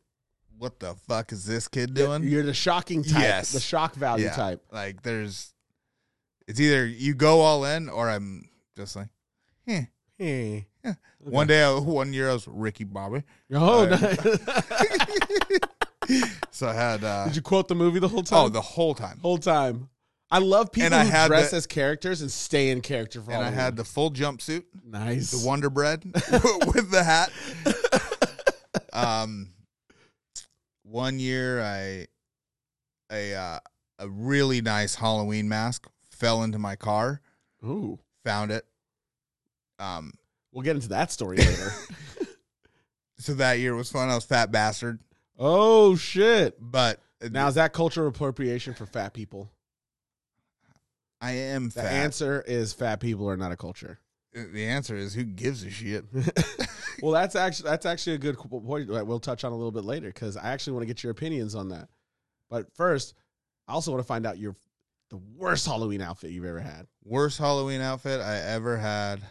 [SPEAKER 1] what the fuck is this kid doing?
[SPEAKER 2] You're the shocking type,
[SPEAKER 1] Yes.
[SPEAKER 2] the shock value
[SPEAKER 1] Yeah.
[SPEAKER 2] type.
[SPEAKER 1] Like, there's it's either you go all in, or I'm just like, eh.
[SPEAKER 2] Hey.
[SPEAKER 1] One day, I- one year I was Ricky Bobby,
[SPEAKER 2] Oh,
[SPEAKER 1] Uh,
[SPEAKER 2] nice.
[SPEAKER 1] so I had uh,
[SPEAKER 2] did you quote the movie the whole time?
[SPEAKER 1] oh the whole time,
[SPEAKER 2] whole time. I love people
[SPEAKER 1] And I
[SPEAKER 2] who
[SPEAKER 1] had
[SPEAKER 2] dress
[SPEAKER 1] the-
[SPEAKER 2] as characters and stay in character for.
[SPEAKER 1] and I
[SPEAKER 2] Halloween.
[SPEAKER 1] had the full jumpsuit.
[SPEAKER 2] nice.
[SPEAKER 1] the Wonder Bread with the hat. um, one year I a uh, a really nice Halloween mask fell into my car.
[SPEAKER 2] Ooh,
[SPEAKER 1] Found it. Um,
[SPEAKER 2] we'll get into that story later.
[SPEAKER 1] so that year was fun. I was fat bastard,
[SPEAKER 2] oh shit!
[SPEAKER 1] but
[SPEAKER 2] Now is that cultural appropriation for fat people?
[SPEAKER 1] I am
[SPEAKER 2] The
[SPEAKER 1] fat. Uh,
[SPEAKER 2] answer is fat people are not a culture.
[SPEAKER 1] the answer is who gives a shit.
[SPEAKER 2] Well, that's actually that's actually a good qu- point that we'll touch on a little bit later because I actually want to get your opinions on that. But first, I also want to find out your the worst Halloween outfit you've ever had.
[SPEAKER 1] Worst Halloween outfit I ever had.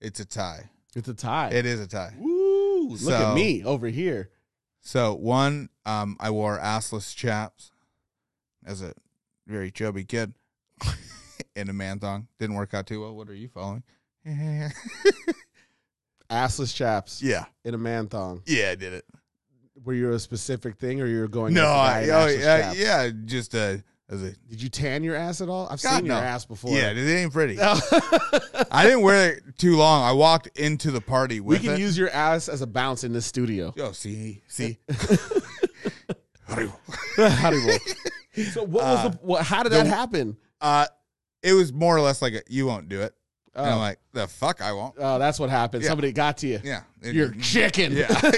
[SPEAKER 1] It's a tie.
[SPEAKER 2] It's a tie.
[SPEAKER 1] It is a tie.
[SPEAKER 2] Woo! Look at
[SPEAKER 1] So-
[SPEAKER 2] me over here.
[SPEAKER 1] So one, um, I wore assless chaps as a very chubby kid in a man thong. Didn't work out too well. What are you following?
[SPEAKER 2] Assless chaps
[SPEAKER 1] yeah,
[SPEAKER 2] in a man thong.
[SPEAKER 1] yeah, I did it.
[SPEAKER 2] Were you a specific thing, or you were going?
[SPEAKER 1] no,
[SPEAKER 2] as a guy
[SPEAKER 1] I,
[SPEAKER 2] in
[SPEAKER 1] oh,
[SPEAKER 2] assless
[SPEAKER 1] yeah,
[SPEAKER 2] chaps?
[SPEAKER 1] yeah, just uh, as a
[SPEAKER 2] Did you tan your ass at all? I've
[SPEAKER 1] God,
[SPEAKER 2] seen
[SPEAKER 1] no.
[SPEAKER 2] your ass before.
[SPEAKER 1] yeah, it ain't pretty.
[SPEAKER 2] No.
[SPEAKER 1] I didn't wear it too long. I walked into the party
[SPEAKER 2] we
[SPEAKER 1] with
[SPEAKER 2] can
[SPEAKER 1] it.
[SPEAKER 2] use your ass as a bounce in this studio.
[SPEAKER 1] oh, see, see.
[SPEAKER 2] How do you roll? so what was
[SPEAKER 1] Uh,
[SPEAKER 2] the? What, how did
[SPEAKER 1] the-
[SPEAKER 2] that happen?
[SPEAKER 1] uh, it was more or less like a, you won't do it. And I'm
[SPEAKER 2] Oh,
[SPEAKER 1] like, the fuck, I won't.
[SPEAKER 2] oh, that's what happened.
[SPEAKER 1] Yeah.
[SPEAKER 2] Somebody got to you.
[SPEAKER 1] Yeah, It-
[SPEAKER 2] You're chicken.
[SPEAKER 1] Yeah.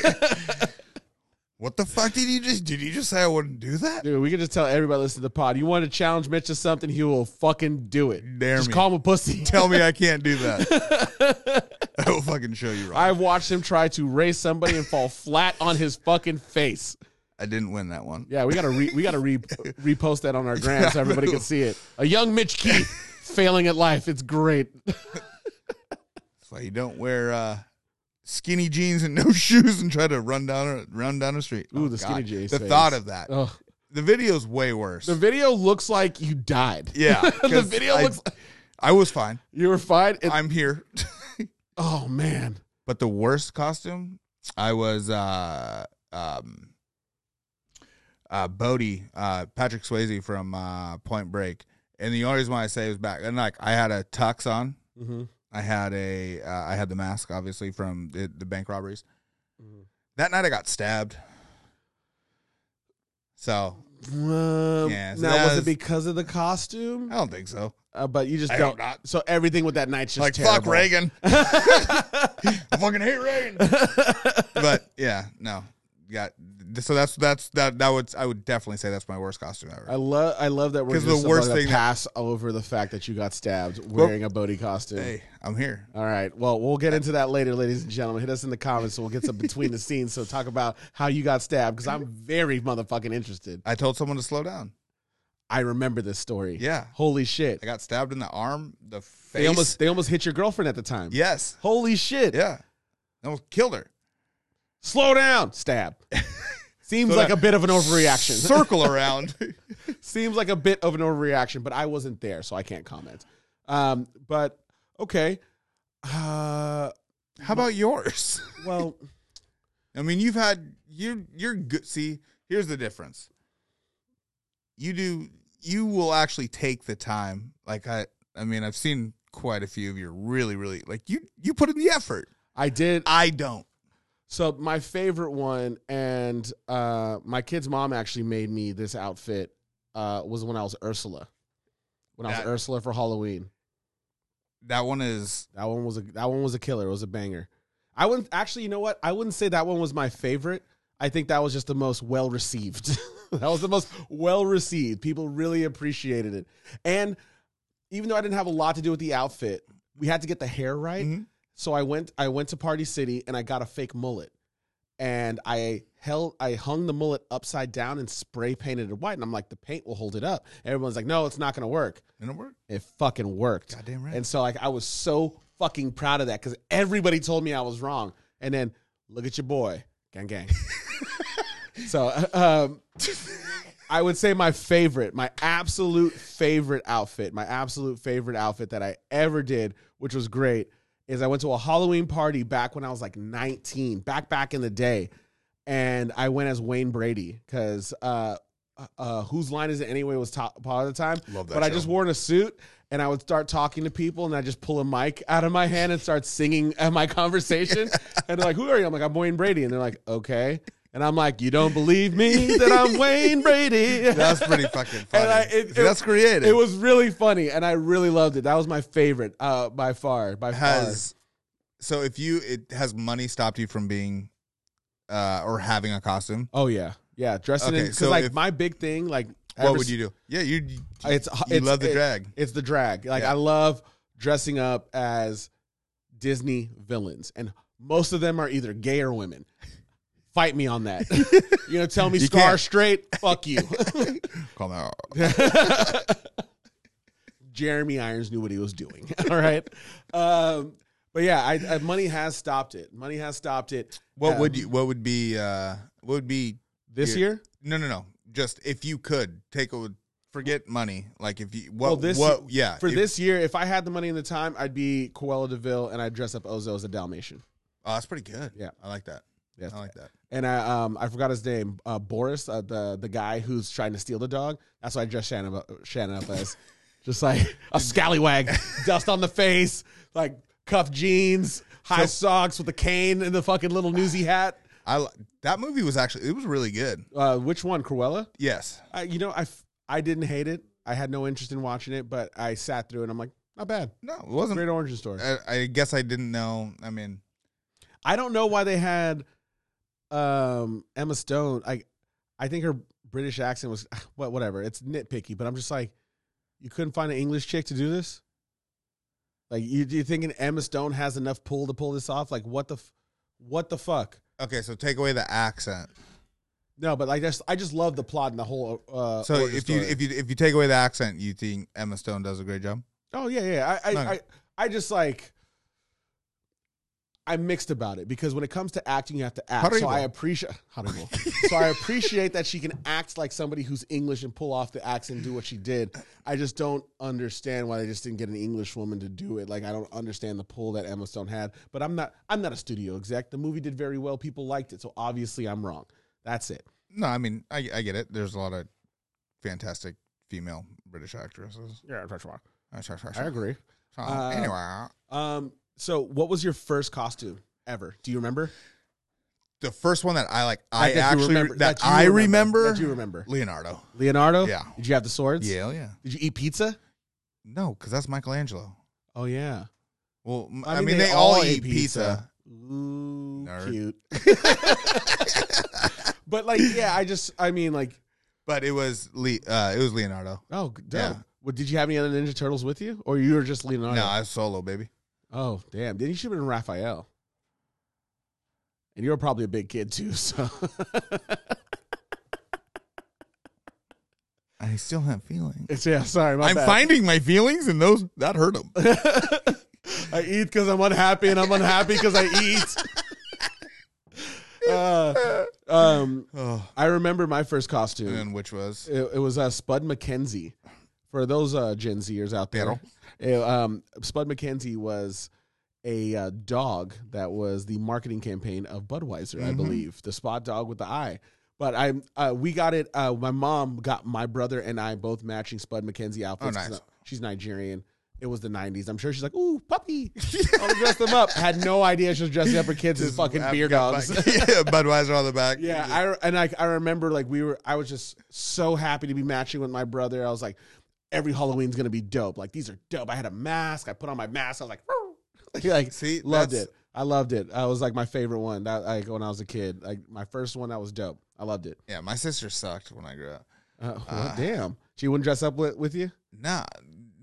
[SPEAKER 1] What the fuck did you just? Did you just say I wouldn't do that?
[SPEAKER 2] Dude, we can just tell everybody listening to the pod. You want to challenge Mitch to something, he will fucking do it.
[SPEAKER 1] Dare
[SPEAKER 2] Just
[SPEAKER 1] me.
[SPEAKER 2] call him a pussy.
[SPEAKER 1] Tell me I can't do that. I will fucking show you wrong. I,
[SPEAKER 2] I've watched him try to raise somebody and fall flat on his fucking face.
[SPEAKER 1] didn't win that one.
[SPEAKER 2] Yeah, we gotta re- we gotta re- repost that on our gram so everybody can see it. A young Mitch Keith failing at life. It's great.
[SPEAKER 1] That's why you don't wear uh, skinny jeans and no shoes and try to run down a, run down the street. Oh,
[SPEAKER 2] Ooh, the skinny jeans
[SPEAKER 1] The
[SPEAKER 2] phase.
[SPEAKER 1] thought of that.
[SPEAKER 2] Ugh.
[SPEAKER 1] The video's way worse.
[SPEAKER 2] The video looks like you died.
[SPEAKER 1] yeah,
[SPEAKER 2] the
[SPEAKER 1] 'cause
[SPEAKER 2] video
[SPEAKER 1] I,
[SPEAKER 2] looks.
[SPEAKER 1] I was fine.
[SPEAKER 2] You were fine. It-
[SPEAKER 1] I'm here.
[SPEAKER 2] oh man,
[SPEAKER 1] but the worst costume, I was uh um uh Bodie, uh Patrick Swayze from uh Point Break. And the only reason why I say it was back and like I had a tux on. I had a uh, I had the mask obviously from the, the bank robberies. That night I got stabbed. So
[SPEAKER 2] Um,
[SPEAKER 1] Mm-hmm. Yeah, so
[SPEAKER 2] now
[SPEAKER 1] that
[SPEAKER 2] was, it
[SPEAKER 1] was-
[SPEAKER 2] because of the costume?
[SPEAKER 1] I don't think so.
[SPEAKER 2] Uh, but you just
[SPEAKER 1] I
[SPEAKER 2] don't.
[SPEAKER 1] hope not.
[SPEAKER 2] So everything with that night's just
[SPEAKER 1] like
[SPEAKER 2] terrible.
[SPEAKER 1] fuck Reagan. I fucking hate Reagan. but yeah, no. got so that's that's that that would I would definitely say that's my worst costume ever.
[SPEAKER 2] I love I love that we're
[SPEAKER 1] 'Cause
[SPEAKER 2] just the worst thing
[SPEAKER 1] that-
[SPEAKER 2] pass over the fact that you got stabbed wearing a Bodhi costume.
[SPEAKER 1] hey, I'm here.
[SPEAKER 2] All right. Well, we'll get into that later, ladies and gentlemen. Hit us in the comments and we'll get some between the scenes. So talk about how you got stabbed because I'm very motherfucking interested.
[SPEAKER 1] I told someone to slow down.
[SPEAKER 2] I remember this story.
[SPEAKER 1] Yeah.
[SPEAKER 2] Holy shit.
[SPEAKER 1] I got stabbed in the arm, the face.
[SPEAKER 2] They almost they almost hit your girlfriend at the time.
[SPEAKER 1] yes.
[SPEAKER 2] Holy shit.
[SPEAKER 1] Yeah. I almost killed her.
[SPEAKER 2] Slow down. Stab. Seems
[SPEAKER 1] Slow
[SPEAKER 2] like
[SPEAKER 1] down.
[SPEAKER 2] a bit of an overreaction.
[SPEAKER 1] Circle around.
[SPEAKER 2] Seems like a bit of an overreaction, but I wasn't there, so I can't comment. Um, but okay. Uh,
[SPEAKER 1] How about yours?
[SPEAKER 2] well,
[SPEAKER 1] I mean, you've had you you're good. See, here's the difference. You do you will actually take the time. Like I, I mean, I've seen quite a few of your really, really like you. You put in the effort.
[SPEAKER 2] I did
[SPEAKER 1] I don't.
[SPEAKER 2] So my favorite one, and uh, my kid's mom actually made me this outfit. Uh, was when I was Ursula, when I was
[SPEAKER 1] That-
[SPEAKER 2] Ursula for Halloween.
[SPEAKER 1] That one is
[SPEAKER 2] That one was a that one was a killer. It was a banger. I wouldn't actually. You know what? I wouldn't say that one was my favorite. I think that was just the most well received. that was the most well received. People really appreciated it. And even though I didn't have a lot to do with the outfit, we had to get the hair right.
[SPEAKER 1] Mhm.
[SPEAKER 2] So I went I went to Party City and I got a fake mullet. And I held I hung the mullet upside down and spray painted it white. And I'm like, the paint will hold it up. Everyone's like, no, it's not gonna work.
[SPEAKER 1] in a word.
[SPEAKER 2] It fucking worked.
[SPEAKER 1] Goddamn right.
[SPEAKER 2] And so like I was so fucking proud of that because everybody told me I was wrong. And then look at your boy, gang gang. so um, I would say my favorite, my absolute favorite outfit, my absolute favorite outfit that I ever did, which was great, is I went to a Halloween party back when I was like 19, back back in the day, and I went as Wayne Brady because. Uh, uh, whose line is it anyway was top part of the time
[SPEAKER 1] Love that
[SPEAKER 2] but i
[SPEAKER 1] show.
[SPEAKER 2] just wore in a suit and i would start talking to people and i just pull a mic out of my hand and start singing at my conversation and they're like who are you i'm like i'm wayne brady and they're like okay and i'm like you don't believe me that i'm wayne brady
[SPEAKER 1] That's pretty fucking funny.
[SPEAKER 2] And I- it-
[SPEAKER 1] See, that's
[SPEAKER 2] it-
[SPEAKER 1] creative.
[SPEAKER 2] it was really funny and i really loved it that was my favorite uh by far by
[SPEAKER 1] has so if you it has money stopped you from being uh or having a costume,
[SPEAKER 2] far oh yeah yeah dressing
[SPEAKER 1] Okay,
[SPEAKER 2] in because
[SPEAKER 1] so
[SPEAKER 2] like
[SPEAKER 1] if-
[SPEAKER 2] my big thing like
[SPEAKER 1] what
[SPEAKER 2] ever
[SPEAKER 1] would you do? Yeah, you you,
[SPEAKER 2] It's- it's-
[SPEAKER 1] love the
[SPEAKER 2] it-
[SPEAKER 1] drag.
[SPEAKER 2] It's the drag. Like
[SPEAKER 1] Yeah.
[SPEAKER 2] I love dressing up as Disney villains, and most of them are either gay or women. Fight me on that. you know, tell me
[SPEAKER 1] You
[SPEAKER 2] scar
[SPEAKER 1] can't.
[SPEAKER 2] straight. Fuck you.
[SPEAKER 1] Call me out.
[SPEAKER 2] Jeremy Irons knew what he was doing. All right. Um, but yeah, I, I, money has stopped it. Money has stopped it.
[SPEAKER 1] What
[SPEAKER 2] Um,
[SPEAKER 1] would you? What would be? uh What would be?
[SPEAKER 2] this
[SPEAKER 1] your-
[SPEAKER 2] year?
[SPEAKER 1] No, no, no. Just if you could take a forget money. Like if you what
[SPEAKER 2] Well, this-
[SPEAKER 1] what yeah
[SPEAKER 2] For
[SPEAKER 1] if-
[SPEAKER 2] this year, if I had the money and the time, I'd be Coella Deville and I'd dress up Ozo as a Dalmatian.
[SPEAKER 1] Oh, that's pretty good.
[SPEAKER 2] Yeah.
[SPEAKER 1] I like that.
[SPEAKER 2] Yes.
[SPEAKER 1] I like that.
[SPEAKER 2] and I um I forgot his name, uh, Boris, uh, the the guy who's trying to steal the dog. That's why I dressed Shannon up, Shannon up as just like a scallywag, dust on the face, like cuff jeans, high socks with a cane and the fucking little newsy hat.
[SPEAKER 1] I li- that movie was actually it was really good.
[SPEAKER 2] Uh, which one, Cruella?
[SPEAKER 1] Yes,
[SPEAKER 2] I, you know, I f- I didn't hate it. I had no interest in watching it, but I sat through it. and I'm like, not bad.
[SPEAKER 1] no, it wasn't.
[SPEAKER 2] Great origin story.
[SPEAKER 1] I, I guess I didn't know. I mean,
[SPEAKER 2] I don't know why they had um Emma Stone. I I think her British accent was what whatever. It's nitpicky, but I'm just like, you couldn't find an English chick to do this. Like you, you thinking Emma Stone has enough pull to pull this off? Like what the, f- what the fuck?
[SPEAKER 1] okay, so take away the accent.
[SPEAKER 2] No, but like just I just love the plot and the whole. Uh,
[SPEAKER 1] So
[SPEAKER 2] origin
[SPEAKER 1] if you
[SPEAKER 2] story.
[SPEAKER 1] if you if you take away the accent, you think Emma Stone does a great job?
[SPEAKER 2] Oh yeah, yeah. I I,
[SPEAKER 1] No.
[SPEAKER 2] I, I just like I'm mixed about it because when it comes to acting, you have to act. So
[SPEAKER 1] Horrible.
[SPEAKER 2] I appreciate horrible. so I appreciate that she can act like somebody who's English and pull off the accent and do what she did. I just don't understand why they just didn't get an English woman to do it. Like I don't understand the pull that Emma Stone had. But I'm not I'm not a studio exec. The movie did very well. People liked it. So obviously I'm wrong. That's it.
[SPEAKER 1] No, I mean I I get it. There's a lot of fantastic female British actresses.
[SPEAKER 2] Yeah, I
[SPEAKER 1] So,
[SPEAKER 2] agree. Uh,
[SPEAKER 1] anyway,
[SPEAKER 2] Um so what was your first costume ever? Do you remember?
[SPEAKER 1] the first one that I like, I
[SPEAKER 2] that you
[SPEAKER 1] actually
[SPEAKER 2] remember-
[SPEAKER 1] that,
[SPEAKER 2] that you
[SPEAKER 1] I remember,
[SPEAKER 2] that you remember. Oh.
[SPEAKER 1] Leonardo.
[SPEAKER 2] Leonardo?
[SPEAKER 1] Yeah.
[SPEAKER 2] Did you have the swords?
[SPEAKER 1] Yeah, oh yeah.
[SPEAKER 2] Did you eat pizza?
[SPEAKER 1] No, because that's Michelangelo.
[SPEAKER 2] Oh yeah.
[SPEAKER 1] Well, m- I mean, they, all, eat pizza.
[SPEAKER 2] Ooh.
[SPEAKER 1] nerd.
[SPEAKER 2] cute. but like, yeah, I just, I mean, like,
[SPEAKER 1] But it was Le- uh, it was Leonardo.
[SPEAKER 2] oh, dope.
[SPEAKER 1] Yeah.
[SPEAKER 2] Well, did you have any other Ninja Turtles with you, or you were just Leonardo?
[SPEAKER 1] No, I was solo, baby.
[SPEAKER 2] Oh, damn! Then you should have been Raphael. And you were probably a big kid too, so
[SPEAKER 1] I still have feelings.
[SPEAKER 2] It's- yeah. Sorry, my
[SPEAKER 1] I'm
[SPEAKER 2] bad.
[SPEAKER 1] finding my feelings, and those that hurt them.
[SPEAKER 2] I eat because I'm unhappy, and I'm unhappy because I eat. Uh, um,
[SPEAKER 1] Oh,
[SPEAKER 2] I remember my first costume.
[SPEAKER 1] and then which was
[SPEAKER 2] It, it was uh, Spud McKenzie. For those uh, Gen Zers out there,
[SPEAKER 1] Daryl.
[SPEAKER 2] it, um, Spud McKenzie was a uh, dog that was the marketing campaign of Budweiser, I
[SPEAKER 1] Mhm.
[SPEAKER 2] believe, the spot dog with the eye. But I, uh, we got it. Uh, my mom got my brother and I both matching Spud McKenzie outfits.
[SPEAKER 1] Oh, nice.
[SPEAKER 2] 'cause uh, She's Nigerian. It was the '90s. I'm sure she's like, "Ooh, puppy!" I'll dress them up. Had no idea she was dressing up her kids as
[SPEAKER 1] Just
[SPEAKER 2] fucking
[SPEAKER 1] wrapped
[SPEAKER 2] beer
[SPEAKER 1] up
[SPEAKER 2] dogs.
[SPEAKER 1] back- yeah, Budweiser on the back.
[SPEAKER 2] Yeah, I re- and I I remember like we were I was just so happy to be matching with my brother. I was like, every Halloween's gonna be dope. Like these are dope. I had a mask. I put on my mask. I was like, "Woo." like, like,
[SPEAKER 1] see,
[SPEAKER 2] loved
[SPEAKER 1] that's-
[SPEAKER 2] it. I loved it. I was like my favorite one. That like when I was a kid. Like my first one. That was dope. I loved it.
[SPEAKER 1] Yeah, my sister sucked when I grew up.
[SPEAKER 2] Uh, well,
[SPEAKER 1] Ah.
[SPEAKER 2] damn, she wouldn't dress up with, with you.
[SPEAKER 1] Nah,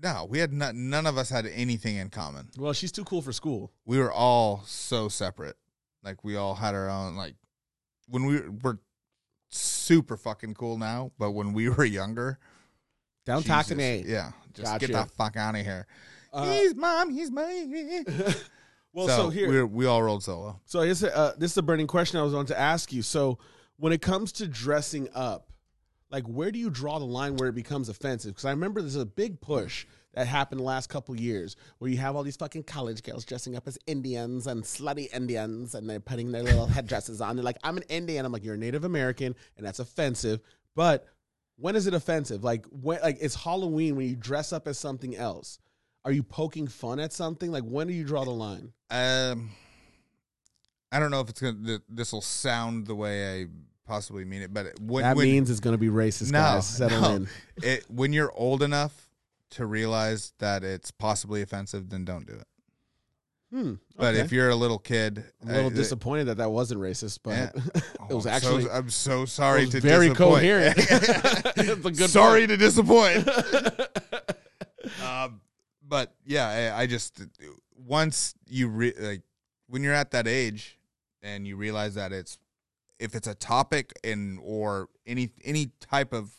[SPEAKER 1] no, we had not, none of us had anything in common.
[SPEAKER 2] Well, she's too cool for school.
[SPEAKER 1] We were all so separate. Like we all had our own. Like when we were, we're super fucking cool now, but when we were younger,
[SPEAKER 2] Don't talk to me.
[SPEAKER 1] Jesus. Yeah, just get
[SPEAKER 2] Gotcha.
[SPEAKER 1] the fuck out of here.
[SPEAKER 2] Uh,
[SPEAKER 1] he's mom. He's me.
[SPEAKER 2] well, so, here
[SPEAKER 1] we we all rolled solo.
[SPEAKER 2] So this uh, this is a burning question I was wanting to ask you. So when it comes to dressing up, like where do you draw the line where it becomes offensive? Because I remember there's a big push that happened the last couple years where you have all these fucking college girls dressing up as Indians and slutty Indians, and they're putting their little headdresses on. They're like, "I'm an Indian." I'm like, "You're a Native American," and that's offensive. But when is it offensive? Like when like it's Halloween when you dress up as something else. Are you poking fun at something? Like when do you draw the line?
[SPEAKER 1] Um, I don't know if it's gonna. Th- this will sound the way I possibly mean it, but it- when
[SPEAKER 2] that
[SPEAKER 1] when
[SPEAKER 2] means it's going to be racist,
[SPEAKER 1] no,
[SPEAKER 2] guys. Settle
[SPEAKER 1] no.
[SPEAKER 2] in.
[SPEAKER 1] it when you're old enough to realize that it's possibly offensive, then don't do it.
[SPEAKER 2] Hmm.
[SPEAKER 1] But
[SPEAKER 2] okay.
[SPEAKER 1] if you're a little kid,
[SPEAKER 2] I'm a little
[SPEAKER 1] uh,
[SPEAKER 2] disappointed that that wasn't racist, but
[SPEAKER 1] oh,
[SPEAKER 2] it was
[SPEAKER 1] I'm so-
[SPEAKER 2] actually
[SPEAKER 1] I'm so sorry
[SPEAKER 2] it was
[SPEAKER 1] to
[SPEAKER 2] very
[SPEAKER 1] disappoint.
[SPEAKER 2] coherent. It's a good
[SPEAKER 1] sorry to disappoint. um, but yeah, I, I just once you re- like when you're at that age and you realize that it's if it's a topic and or any any type of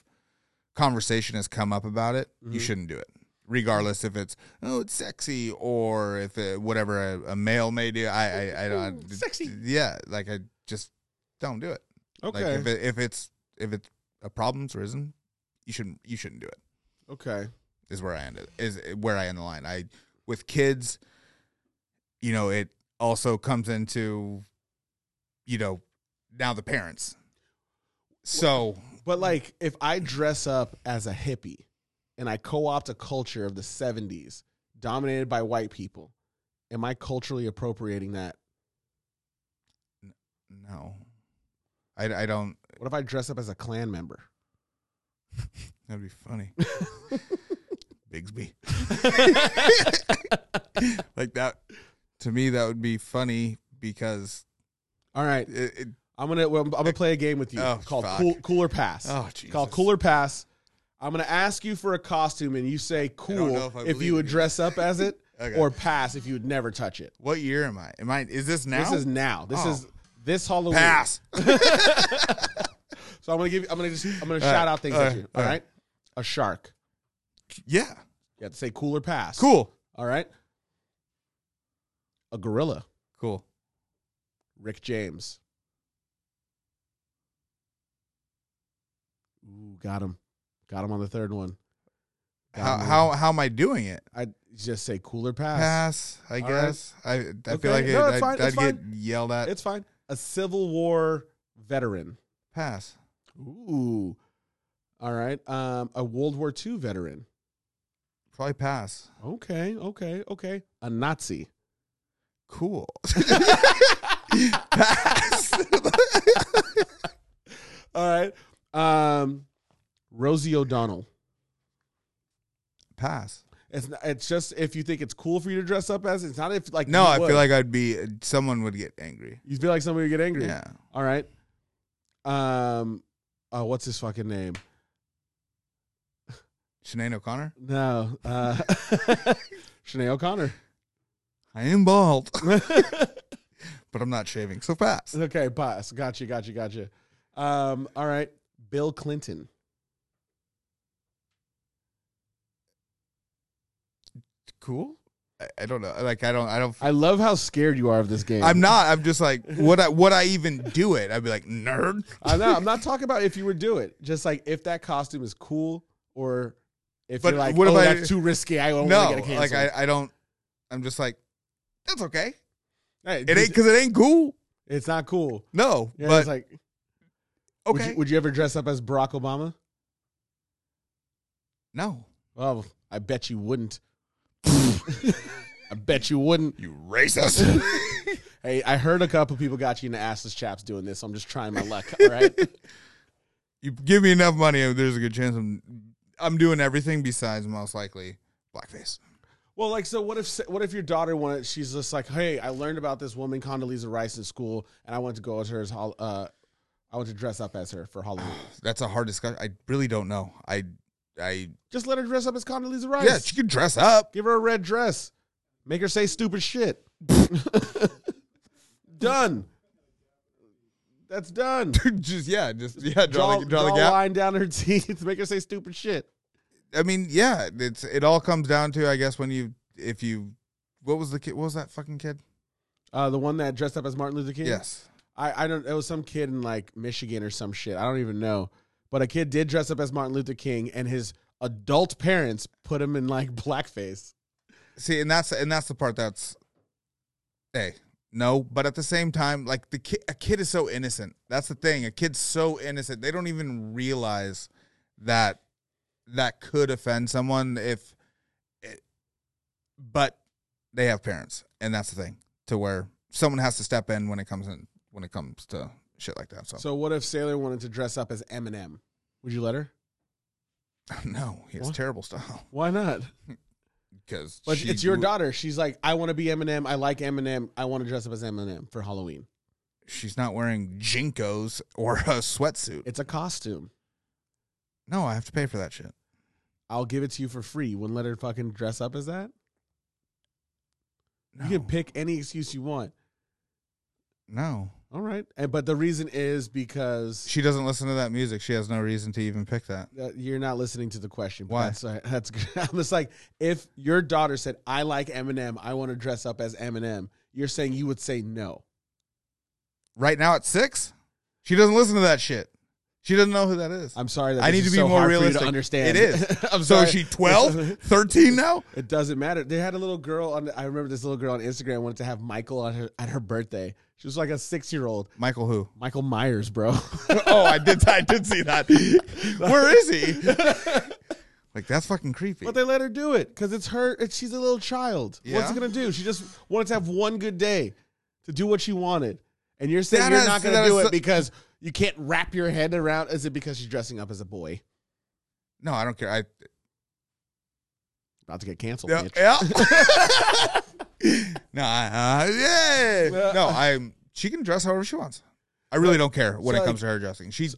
[SPEAKER 1] conversation has come up about it, you
[SPEAKER 2] Mhm.
[SPEAKER 1] shouldn't do it. Regardless if it's oh it's sexy or if it, whatever a, a male may do, I I, I don't
[SPEAKER 2] Sexy.
[SPEAKER 1] Yeah, like I just don't do it.
[SPEAKER 2] Okay.
[SPEAKER 1] Like if it, if it's if it's a problem's risen, you shouldn't you shouldn't do it.
[SPEAKER 2] okay.
[SPEAKER 1] Is where I ended. Is where I end the line. I with kids, you know, it also comes into, you know, now the parents. So
[SPEAKER 2] But like, if I dress up as a hippie and I co-opt a culture of the '70s dominated by white people, am I culturally appropriating that?
[SPEAKER 1] no, I, I don't.
[SPEAKER 2] What if I dress up as a Klan member?
[SPEAKER 1] That'd be funny. Bigsby, like that. To me, that would be funny because
[SPEAKER 2] All right,
[SPEAKER 1] it. it
[SPEAKER 2] I'm gonna well, I'm gonna play a game with you
[SPEAKER 1] Oh,
[SPEAKER 2] called
[SPEAKER 1] fuck.
[SPEAKER 2] cool, Cooler Pass.
[SPEAKER 1] oh, Jesus.
[SPEAKER 2] called Cooler Pass. I'm gonna ask you for a costume, and you say cool
[SPEAKER 1] know if I
[SPEAKER 2] if,
[SPEAKER 1] believe
[SPEAKER 2] you would
[SPEAKER 1] you.
[SPEAKER 2] dress up as it,
[SPEAKER 1] Okay.
[SPEAKER 2] or pass if you would never touch it.
[SPEAKER 1] What year am I? Am I? Is this now?
[SPEAKER 2] This is now. This
[SPEAKER 1] Oh.
[SPEAKER 2] is this Halloween.
[SPEAKER 1] pass.
[SPEAKER 2] So I'm gonna give. you I'm gonna just. I'm gonna shout out things
[SPEAKER 1] all
[SPEAKER 2] at
[SPEAKER 1] right,
[SPEAKER 2] you.
[SPEAKER 1] all
[SPEAKER 2] all
[SPEAKER 1] right.
[SPEAKER 2] right. A shark.
[SPEAKER 1] yeah.
[SPEAKER 2] You have to say cool or pass.
[SPEAKER 1] Cool.
[SPEAKER 2] All right. A gorilla.
[SPEAKER 1] Cool.
[SPEAKER 2] Rick James. Ooh, got him. Got him on the third one. Got
[SPEAKER 1] How
[SPEAKER 2] him on-
[SPEAKER 1] how how am I doing it?
[SPEAKER 2] I just say cooler pass.
[SPEAKER 1] Pass, I
[SPEAKER 2] All
[SPEAKER 1] guess. I I
[SPEAKER 2] Okay.
[SPEAKER 1] feel like it,
[SPEAKER 2] No, it's
[SPEAKER 1] I'd,
[SPEAKER 2] fine,
[SPEAKER 1] I'd
[SPEAKER 2] it's
[SPEAKER 1] get yelled at.
[SPEAKER 2] It's fine. A Civil War veteran.
[SPEAKER 1] pass.
[SPEAKER 2] Ooh. All right. Um, a World War II veteran.
[SPEAKER 1] Probably pass.
[SPEAKER 2] Okay. Okay. Okay. A Nazi.
[SPEAKER 1] Cool. pass.
[SPEAKER 2] All right. Um, Rosie O'Donnell.
[SPEAKER 1] pass.
[SPEAKER 2] It's not, it's just if you think it's cool for you to dress up as. It's not if like
[SPEAKER 1] No,
[SPEAKER 2] you
[SPEAKER 1] I
[SPEAKER 2] would.
[SPEAKER 1] feel like I'd be someone would get angry.
[SPEAKER 2] you feel like somebody would get angry.
[SPEAKER 1] Yeah.
[SPEAKER 2] All right. Um. Uh, what's his fucking name?
[SPEAKER 1] Sinead O'Connor.
[SPEAKER 2] No. Uh, Sinead O'Connor.
[SPEAKER 1] I am bald, but I'm not shaving so fast.
[SPEAKER 2] okay, pass. Gotcha, gotcha, gotcha. Um, all right. Bill Clinton.
[SPEAKER 1] Cool. I, I don't know. Like I don't. I don't.
[SPEAKER 2] I love how scared you are of this game.
[SPEAKER 1] I'm not. I'm just like, would I? Would I even do it? I'd be like, nerd.
[SPEAKER 2] I'm not, I'm not talking about if you would do it. Just like if that costume is cool or if
[SPEAKER 1] But
[SPEAKER 2] you're like,
[SPEAKER 1] what if
[SPEAKER 2] oh,
[SPEAKER 1] I-
[SPEAKER 2] that's too risky. I don't
[SPEAKER 1] no,
[SPEAKER 2] want to get
[SPEAKER 1] like
[SPEAKER 2] canceled.
[SPEAKER 1] I, I don't. I'm just like, that's okay.
[SPEAKER 2] Hey,
[SPEAKER 1] It ain't
[SPEAKER 2] it's,
[SPEAKER 1] because it ain't cool.
[SPEAKER 2] it's not cool.
[SPEAKER 1] No,
[SPEAKER 2] Yeah,
[SPEAKER 1] but
[SPEAKER 2] it's like, would
[SPEAKER 1] okay.
[SPEAKER 2] you- would you ever dress up as Barack Obama?
[SPEAKER 1] no,
[SPEAKER 2] Well, Oh, I bet you wouldn't. I bet you wouldn't.
[SPEAKER 1] you racist.
[SPEAKER 2] Hey, I heard a couple people got you in the assless chaps doing this. So I'm just trying my luck. All right.
[SPEAKER 1] you give me enough money, there's a good chance I'm. I'm doing everything besides most likely blackface.
[SPEAKER 2] well, like, so what if what if your daughter wanted? She's just like, hey, I learned about this woman Condoleezza Rice in school, and I want to go as her. As, hol- uh, I want to dress up as her for Halloween.
[SPEAKER 1] That's a hard discussion. I really don't know. I, I
[SPEAKER 2] just let her dress up as Condoleezza Rice.
[SPEAKER 1] yeah, she could dress up.
[SPEAKER 2] Give her a red dress. Make her say stupid shit. done. That's done.
[SPEAKER 1] just yeah, just yeah, draw,
[SPEAKER 2] Draw,
[SPEAKER 1] the, draw,
[SPEAKER 2] draw
[SPEAKER 1] the gap.
[SPEAKER 2] line down her teeth. Make her say stupid shit.
[SPEAKER 1] I mean, yeah, it's it all comes down to I guess when you if you what was the kid? What was that fucking kid?
[SPEAKER 2] Uh, the one that dressed up as Martin Luther King.
[SPEAKER 1] Yes,
[SPEAKER 2] I, I don't. It was some kid in like Michigan or some shit. I don't even know. But a kid did dress up as Martin Luther King, and his adult parents put him in like blackface.
[SPEAKER 1] see, and that's and that's the part that's hey no, but at the same time, like the kid, a kid is so innocent. That's the thing. A kid's so innocent they don't even realize that that could offend someone if, it, but they have parents, and that's the thing to where someone has to step in when it comes in when it comes to shit like that. So,
[SPEAKER 2] So what if Sailor wanted to dress up as Eminem? Would you let her?
[SPEAKER 1] no, he has
[SPEAKER 2] What?
[SPEAKER 1] terrible style.
[SPEAKER 2] Why not?
[SPEAKER 1] because
[SPEAKER 2] But it's your daughter. She's like, I want to be Eminem. I like Eminem. I want to dress up as Eminem for Halloween.
[SPEAKER 1] She's not wearing jinkos or a sweatsuit.
[SPEAKER 2] It's a costume.
[SPEAKER 1] No, I have to pay for that shit.
[SPEAKER 2] I'll give it to you for free. You wouldn't let her fucking dress up as that.
[SPEAKER 1] No,
[SPEAKER 2] You can pick any excuse you want.
[SPEAKER 1] no.
[SPEAKER 2] All right. And but the reason is because
[SPEAKER 1] She doesn't listen to that music. She has no reason to even pick that.
[SPEAKER 2] uh, you're not listening to the question. but
[SPEAKER 1] Why?
[SPEAKER 2] That's all right. that's good. I'm just like if your daughter said, "I like Eminem. I want to dress up as Eminem." You're saying you would say no.
[SPEAKER 1] Right now at six, she doesn't listen to that shit. She doesn't know who that is.
[SPEAKER 2] I'm sorry. That
[SPEAKER 1] I
[SPEAKER 2] this
[SPEAKER 1] need
[SPEAKER 2] is
[SPEAKER 1] to be
[SPEAKER 2] so
[SPEAKER 1] more
[SPEAKER 2] hard for you
[SPEAKER 1] realistic.
[SPEAKER 2] to understand
[SPEAKER 1] It is.
[SPEAKER 2] I'm
[SPEAKER 1] so
[SPEAKER 2] sorry.
[SPEAKER 1] is she 12, 13 now?
[SPEAKER 2] It doesn't matter. They had a little girl on. I remember this little girl on Instagram wanted to have Michael on her at her birthday. She was like a six year old.
[SPEAKER 1] Michael who?
[SPEAKER 2] Michael Myers, bro.
[SPEAKER 1] oh, I did. I did see that. Where is he? like that's fucking creepy.
[SPEAKER 2] but they let her do it because it's her. It's, she's a little child. What's
[SPEAKER 1] Yeah.
[SPEAKER 2] it gonna do? She just wanted to have one good day to do what she wanted, and you're saying
[SPEAKER 1] That
[SPEAKER 2] you're
[SPEAKER 1] is-
[SPEAKER 2] not
[SPEAKER 1] that
[SPEAKER 2] gonna do
[SPEAKER 1] is
[SPEAKER 2] it
[SPEAKER 1] so-
[SPEAKER 2] because you can't wrap your head around. Is it because she's dressing up as a boy?
[SPEAKER 1] no, I don't care. I
[SPEAKER 2] About to get canceled.
[SPEAKER 1] Yeah.
[SPEAKER 2] bitch.
[SPEAKER 1] yeah. no, I, uh, yeah. No, I'm. She can dress however she wants. I really don't care when
[SPEAKER 2] so,
[SPEAKER 1] it
[SPEAKER 2] like-
[SPEAKER 1] comes to her dressing. She's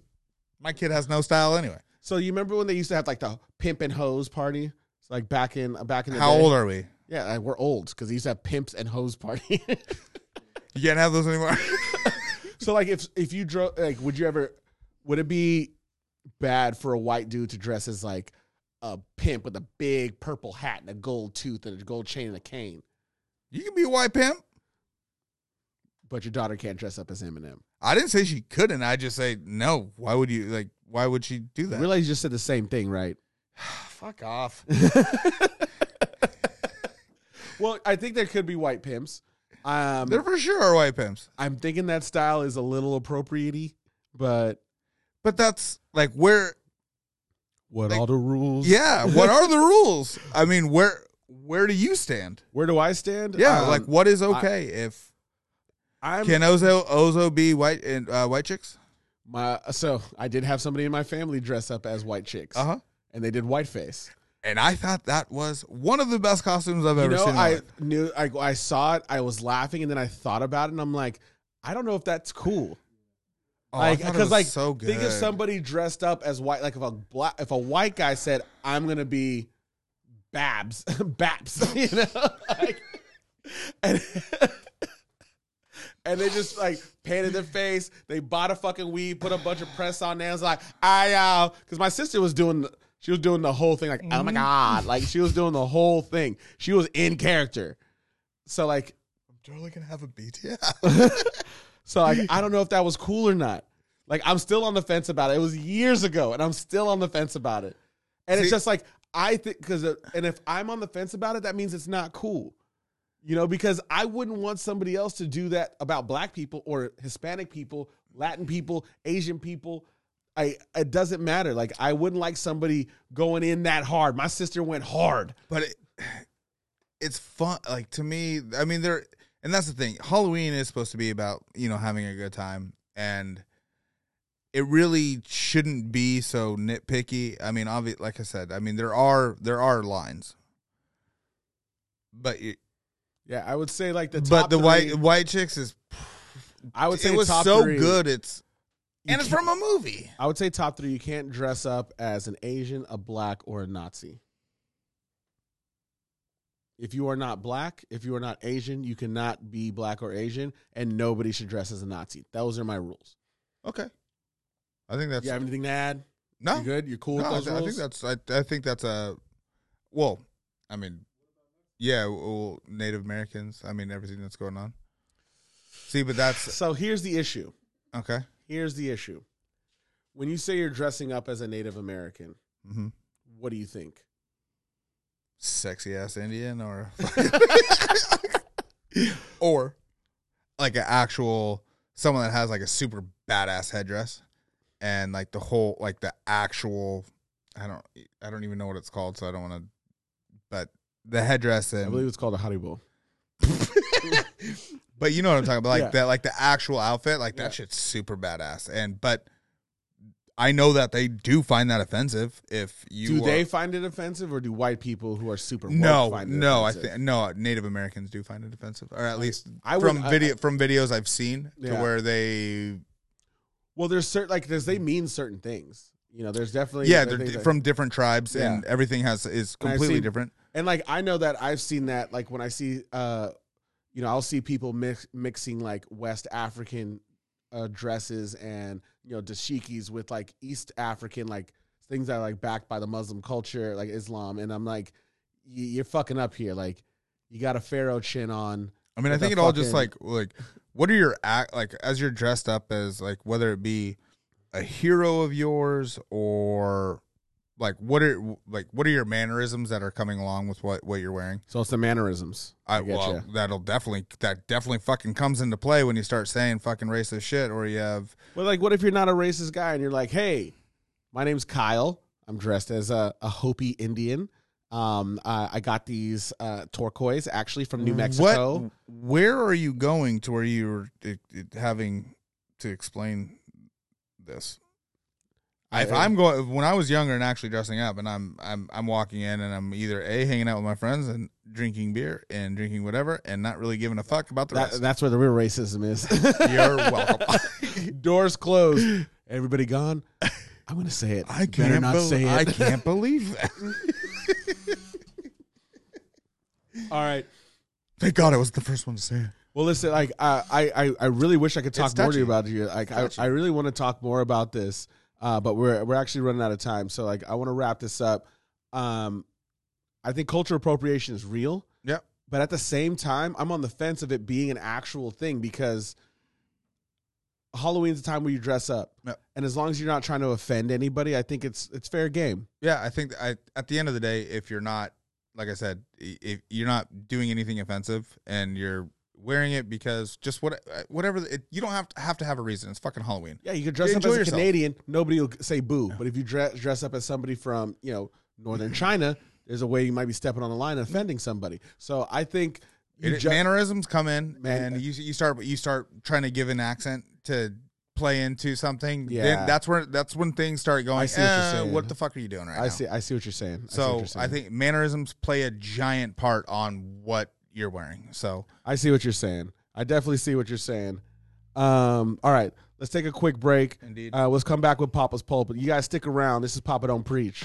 [SPEAKER 1] my kid has no style anyway.
[SPEAKER 2] So you remember when they used to have like the pimp and hose party? It's like back in back in the
[SPEAKER 1] How
[SPEAKER 2] day.
[SPEAKER 1] old are we?
[SPEAKER 2] Yeah, like, we're old because they used to have pimps and hose party.
[SPEAKER 1] You can't have those anymore.
[SPEAKER 2] so like if if you drove like would you ever would it be bad for a white dude to dress as like a pimp with a big purple hat and a gold tooth and a gold chain and a cane,
[SPEAKER 1] you can be a white pimp.
[SPEAKER 2] but your daughter can't dress up as Eminem?
[SPEAKER 1] I didn't say she couldn't. I just say no. Why would you like? Why would she do
[SPEAKER 2] I
[SPEAKER 1] that?
[SPEAKER 2] realize you just said the same thing, right?
[SPEAKER 1] Fuck off.
[SPEAKER 2] Well, I think there could be white pimps. Um,
[SPEAKER 1] There for sure are white pimps,
[SPEAKER 2] I'm thinking that style is a little appropriate, but
[SPEAKER 1] but that's like where.
[SPEAKER 2] what
[SPEAKER 1] Like-
[SPEAKER 2] all the rules?
[SPEAKER 1] Yeah. What are the rules? I mean, where where do you stand?
[SPEAKER 2] Where do I stand?
[SPEAKER 1] Yeah.
[SPEAKER 2] Um,
[SPEAKER 1] like what is okay if
[SPEAKER 2] I'm
[SPEAKER 1] Can Ozo Ozo be white and uh, white chicks?
[SPEAKER 2] my so I did have somebody in my family dress up as white chicks,
[SPEAKER 1] huh.
[SPEAKER 2] and they did whiteface.
[SPEAKER 1] And I thought that was one of the best costumes I've ever
[SPEAKER 2] you know,
[SPEAKER 1] seen. in my
[SPEAKER 2] I
[SPEAKER 1] life.
[SPEAKER 2] knew I, I saw it. I was laughing, and then I thought about it, and I'm like, I don't know if that's cool.
[SPEAKER 1] Oh, I
[SPEAKER 2] like,
[SPEAKER 1] thought it
[SPEAKER 2] because
[SPEAKER 1] was
[SPEAKER 2] like,
[SPEAKER 1] so good.
[SPEAKER 2] think of somebody dressed up as white. Like if a black, if a white guy said, "I'm gonna be Babs, Babs," you know, like, and and they just like painted their face. They bought a fucking weed, put a bunch of press on there. It's like I, uh, because my sister was doing. She was doing the whole thing, like, oh my God. Like, she was doing the whole thing. She was in character. So, like,
[SPEAKER 1] I'm totally gonna have a BTS.
[SPEAKER 2] so like, I don't know if that was cool or not. Like I'm still on the fence about it. It was years ago, and I'm still on the fence about it. And it's
[SPEAKER 1] See-
[SPEAKER 2] just like I think because and if I'm on the fence about it, that means it's not cool. You know, because I wouldn't want somebody else to do that about black people or Hispanic people, Latin people, Asian people. I it doesn't matter. Like I wouldn't like somebody going in that hard. My sister went hard.
[SPEAKER 1] but it, it's fun like to me i mean there and that's the thing halloween is supposed to be about you know having a good time and it really shouldn't be so nitpicky i mean obvi- like i said i mean there are there are lines but it,
[SPEAKER 2] Yeah, I would say like the top
[SPEAKER 1] but the white
[SPEAKER 2] three-
[SPEAKER 1] white chicks is
[SPEAKER 2] I would say
[SPEAKER 1] it was
[SPEAKER 2] top
[SPEAKER 1] so
[SPEAKER 2] three.
[SPEAKER 1] good it's
[SPEAKER 2] You
[SPEAKER 1] and it's from a movie
[SPEAKER 2] I would say top three. You can't dress up as an Asian, a black, or a Nazi. If you are not black, if you are not Asian, you cannot be black or Asian, and nobody should dress as a Nazi. Those are my rules.
[SPEAKER 1] okay i think that's
[SPEAKER 2] you have anything to add?
[SPEAKER 1] no
[SPEAKER 2] You good? You cool
[SPEAKER 1] No,
[SPEAKER 2] with
[SPEAKER 1] I
[SPEAKER 2] those
[SPEAKER 1] th- I,
[SPEAKER 2] rules?
[SPEAKER 1] think that's I, I think that's a well, I mean, yeah, well, Native Americans. I mean, everything that's going on. See, but that's
[SPEAKER 2] so here's the issue.
[SPEAKER 1] okay.
[SPEAKER 2] Here's the issue. When you say you're dressing up as a Native American,
[SPEAKER 1] hmm
[SPEAKER 2] what do you think?
[SPEAKER 1] Sexy ass Indian, or or like an actual someone that has like a super badass headdress and like the whole like the actual I don't I don't even know what it's called, so I don't want to. But the headdress and
[SPEAKER 2] I believe it's called a Haribo.
[SPEAKER 1] But you know what I'm talking about, like
[SPEAKER 2] Yeah.
[SPEAKER 1] that, like the actual outfit, like that
[SPEAKER 2] Yeah.
[SPEAKER 1] shit's super badass. And but I know that they do find that offensive. If you
[SPEAKER 2] do
[SPEAKER 1] are-
[SPEAKER 2] they find it offensive, or do white people who are super woke
[SPEAKER 1] no,
[SPEAKER 2] find it
[SPEAKER 1] no, I
[SPEAKER 2] offensive?
[SPEAKER 1] think no Native Americans do find it offensive, or at least
[SPEAKER 2] I
[SPEAKER 1] from
[SPEAKER 2] would- I-
[SPEAKER 1] video from videos I've seen
[SPEAKER 2] Yeah.
[SPEAKER 1] to where they
[SPEAKER 2] Well, there's certain like there's they mean certain things. You know, there's definitely
[SPEAKER 1] yeah
[SPEAKER 2] there's
[SPEAKER 1] they're
[SPEAKER 2] things
[SPEAKER 1] di-
[SPEAKER 2] that-
[SPEAKER 1] from different tribes and
[SPEAKER 2] Yeah.
[SPEAKER 1] everything has is
[SPEAKER 2] And I've
[SPEAKER 1] completely
[SPEAKER 2] seen-
[SPEAKER 1] different.
[SPEAKER 2] and like I know that I've seen that like when I see uh you know I'll see people mix, mixing like West African uh, dresses and you know dashikis with like East African like things that are like backed by the Muslim culture like Islam and I'm like y- you're fucking up here like you got a pharaoh chin on
[SPEAKER 1] I mean, I
[SPEAKER 2] with
[SPEAKER 1] think it
[SPEAKER 2] a
[SPEAKER 1] all just like
[SPEAKER 2] fucking-
[SPEAKER 1] like what are your act like as you're dressed up as like whether it be a hero of yours or like what are like what are your mannerisms that are coming along with what what you're wearing?
[SPEAKER 2] so it's the mannerisms
[SPEAKER 1] I,
[SPEAKER 2] get
[SPEAKER 1] well, that'll definitely that definitely fucking comes into play when you start saying fucking racist shit or you have
[SPEAKER 2] Well, like, what if you're not a racist guy and you're like, hey, my name's Kyle. I'm dressed as a, a Hopi Indian. Um, I, I got these uh, turquoise actually from New Mexico.
[SPEAKER 1] What, where are you going to where you're it, it, having to explain this? If
[SPEAKER 2] I-
[SPEAKER 1] I'm going when I was younger and actually dressing up, and I'm I'm I'm walking in and I'm either a hanging out with my friends and drinking beer and drinking whatever and not really giving a fuck about the
[SPEAKER 2] That,
[SPEAKER 1] rest.
[SPEAKER 2] that's where the real racism is.
[SPEAKER 1] You're welcome.
[SPEAKER 2] Doors closed. Everybody gone. I'm gonna say it.
[SPEAKER 1] I
[SPEAKER 2] You better
[SPEAKER 1] can't
[SPEAKER 2] not
[SPEAKER 1] bel-
[SPEAKER 2] say it.
[SPEAKER 1] I can't believe that.
[SPEAKER 2] All right.
[SPEAKER 1] Thank God I was the first one to say it.
[SPEAKER 2] Well, listen, like I, I, I- I really wish I could talk
[SPEAKER 1] It's
[SPEAKER 2] more to you
[SPEAKER 1] touchy.
[SPEAKER 2] about you. Like I,
[SPEAKER 1] touchy.
[SPEAKER 2] I really want to talk more about this, uh, but we're we're actually running out of time. So like I want to wrap this up. Um, I think cultural appropriation is real,
[SPEAKER 1] Yep.
[SPEAKER 2] but at the same time, I'm on the fence of it being an actual thing because Halloween's the time where you dress up,
[SPEAKER 1] Yep.
[SPEAKER 2] and as long as you're not trying to offend anybody, I think it's it's fair game.
[SPEAKER 1] Yeah, I think I at the end of the day, if you're not, like I said, i- if you're not doing anything offensive and you're wearing it because just what uh, whatever it, you don't have to have to have a reason. It's fucking Halloween.
[SPEAKER 2] Yeah, you could dress
[SPEAKER 1] Enjoy
[SPEAKER 2] up as
[SPEAKER 1] yourself.
[SPEAKER 2] a Canadian. Nobody will say boo. But if you dress, dress up as somebody from, you know, northern China, there's a way you might be stepping on the line and offending somebody. So I think you
[SPEAKER 1] It,
[SPEAKER 2] ju-
[SPEAKER 1] mannerisms come in,
[SPEAKER 2] Man- uh,
[SPEAKER 1] and you you start you start trying to give an accent to play into something,
[SPEAKER 2] Yeah.
[SPEAKER 1] then that's where that's when things start going.
[SPEAKER 2] I see what you're
[SPEAKER 1] "Eh,
[SPEAKER 2] saying.
[SPEAKER 1] what the fuck are you doing right
[SPEAKER 2] I
[SPEAKER 1] now?
[SPEAKER 2] see. I see what you're saying. I see what
[SPEAKER 1] So
[SPEAKER 2] you're saying.
[SPEAKER 1] I think mannerisms play a giant part on what you're wearing. So
[SPEAKER 2] I see what you're saying. I definitely see what you're saying. Um, all right, let's take a quick break.
[SPEAKER 1] Indeed.
[SPEAKER 2] Uh, let's come back with Papa's pulpit. You guys stick around. This is Papa Don't Preach.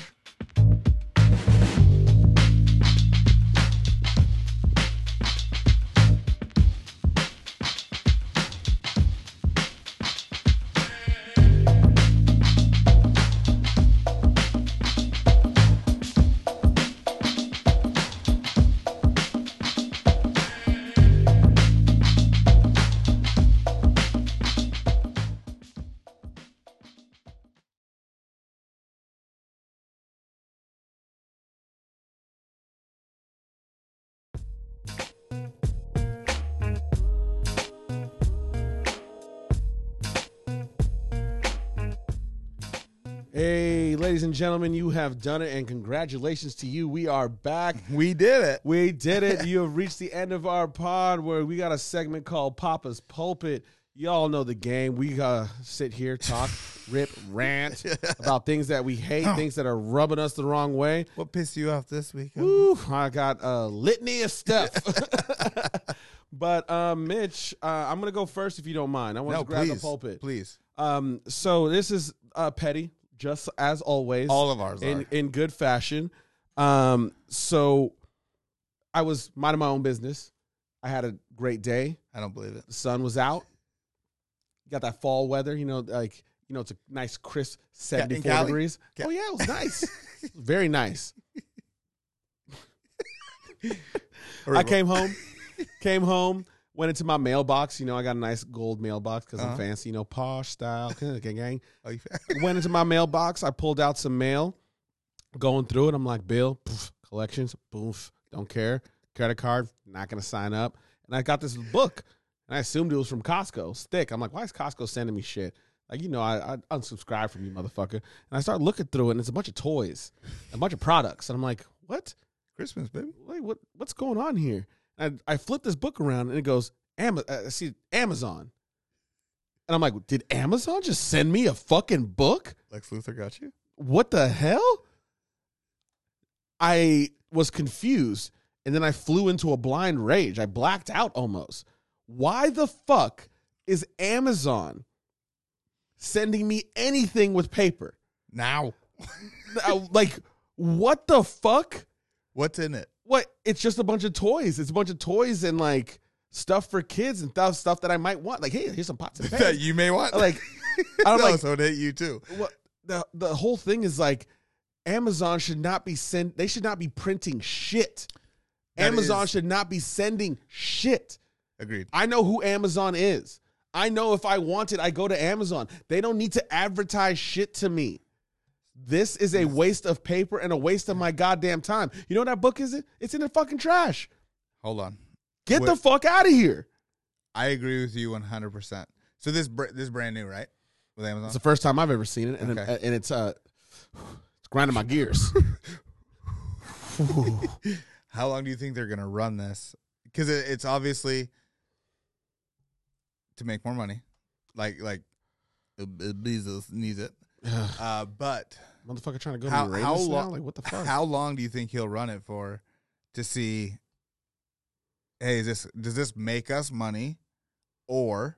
[SPEAKER 2] Hey, ladies and gentlemen, you have done it, and congratulations to you. We are back.
[SPEAKER 1] we did it.
[SPEAKER 2] We did it. You have reached the end of our pod where we got a segment called Papa's Pulpit. Y'all know the game. We uh, sit here, talk, rip, rant about things that we hate, things that are rubbing us the wrong way.
[SPEAKER 1] What pissed you off this week?
[SPEAKER 2] Woo, I got a litany of stuff. but uh, Mitch, uh, I'm going to go first if you don't mind. I want
[SPEAKER 1] No,
[SPEAKER 2] to grab
[SPEAKER 1] please,
[SPEAKER 2] the pulpit.
[SPEAKER 1] please.
[SPEAKER 2] Um, so this is uh, petty, just as always
[SPEAKER 1] All of ours
[SPEAKER 2] in
[SPEAKER 1] are.
[SPEAKER 2] in good fashion. Um, so I was minding my own business. I had a great day.
[SPEAKER 1] I don't believe it.
[SPEAKER 2] The sun was out. got that fall weather, you know, like you know, it's a nice crisp seventy four
[SPEAKER 1] Cali?
[SPEAKER 2] degrees.
[SPEAKER 1] Ca-
[SPEAKER 2] oh yeah, it was nice. It was very nice. I came home, came home, went into my mailbox. You know, I got a nice gold mailbox because
[SPEAKER 1] Uh-huh.
[SPEAKER 2] I'm fancy, you know, posh style, gang gang
[SPEAKER 1] Oh, you-
[SPEAKER 2] went into my mailbox. I pulled out some mail, going through it. I'm like, Bill, poof, collections, poof, don't care. Credit card, not going to sign up. And I got this book, and I assumed it was from Costco. It's thick. I'm like, why is Costco sending me shit? Like, you know, I, I unsubscribe from you, motherfucker. And I start looking through it, and it's a bunch of toys, a bunch of products. And I'm like, what?
[SPEAKER 1] Christmas, baby.
[SPEAKER 2] Wait, what? What's going on here? And I, I flip this book around, and it goes, Ama- I see Amazon. And I'm like, did Amazon just send me a fucking book?
[SPEAKER 1] Lex Luthor got you.
[SPEAKER 2] what the hell? I was confused and then I flew into a blind rage. I blacked out almost. Why the fuck is Amazon sending me anything with paper?
[SPEAKER 1] Now,
[SPEAKER 2] I- like, what the fuck?
[SPEAKER 1] what's in it?
[SPEAKER 2] What? It's just a bunch of toys. It's a bunch of toys and like stuff for kids and th- stuff that I might want. Like, hey, here's some pots and
[SPEAKER 1] that
[SPEAKER 2] pans.
[SPEAKER 1] you may want.
[SPEAKER 2] like, I'm
[SPEAKER 1] no,
[SPEAKER 2] like,
[SPEAKER 1] so it hit you too.
[SPEAKER 2] what the the whole thing is like Amazon should not be send they should not be printing shit.
[SPEAKER 1] That
[SPEAKER 2] Amazon
[SPEAKER 1] is-
[SPEAKER 2] should not be sending shit.
[SPEAKER 1] Agreed.
[SPEAKER 2] I know who Amazon is. I know if I want it, I go to Amazon. They don't need to advertise shit to me. This is a waste of paper and a waste of my goddamn time. You know what that book is? It it's in the fucking trash.
[SPEAKER 1] Hold on.
[SPEAKER 2] Get
[SPEAKER 1] Wait.
[SPEAKER 2] the fuck out of here.
[SPEAKER 1] I agree with you 100%. So this br- this brand new, right? With Amazon.
[SPEAKER 2] It's the first time I've ever seen it, and
[SPEAKER 1] Uh-huh. Okay.
[SPEAKER 2] and it's uh, it's grinding my gears.
[SPEAKER 1] How long do you think they're going to run this? Because it, it's obviously to make more money. Like like uh, Bezos needs it. Uh, but
[SPEAKER 2] Motherfucker trying to go
[SPEAKER 1] How-
[SPEAKER 2] to Uranus
[SPEAKER 1] how
[SPEAKER 2] now?
[SPEAKER 1] long-
[SPEAKER 2] Like what the fuck?
[SPEAKER 1] how long do you think he'll run it for to see? Hey, is this does this make us money, or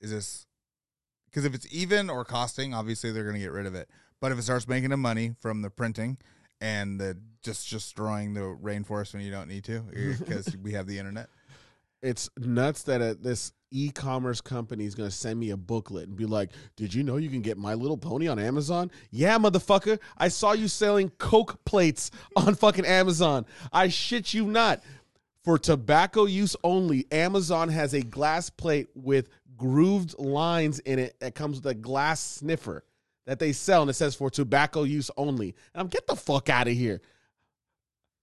[SPEAKER 1] is this? Because if it's even or costing, obviously they're going to get rid of it. But if it starts making them money from the printing and the just destroying the rainforest when you don't need to, because we have the internet.
[SPEAKER 2] it's nuts that uh this e-commerce company is going to send me a booklet and be like, "Did you know you can get My Little Pony on Amazon?" Yeah, motherfucker, I saw you selling Coke plates on fucking Amazon. I shit you not. For tobacco use only, Amazon has a glass plate with grooved lines in it that comes with a glass sniffer that they sell, and it says for tobacco use only. And I'm get the fuck out of here.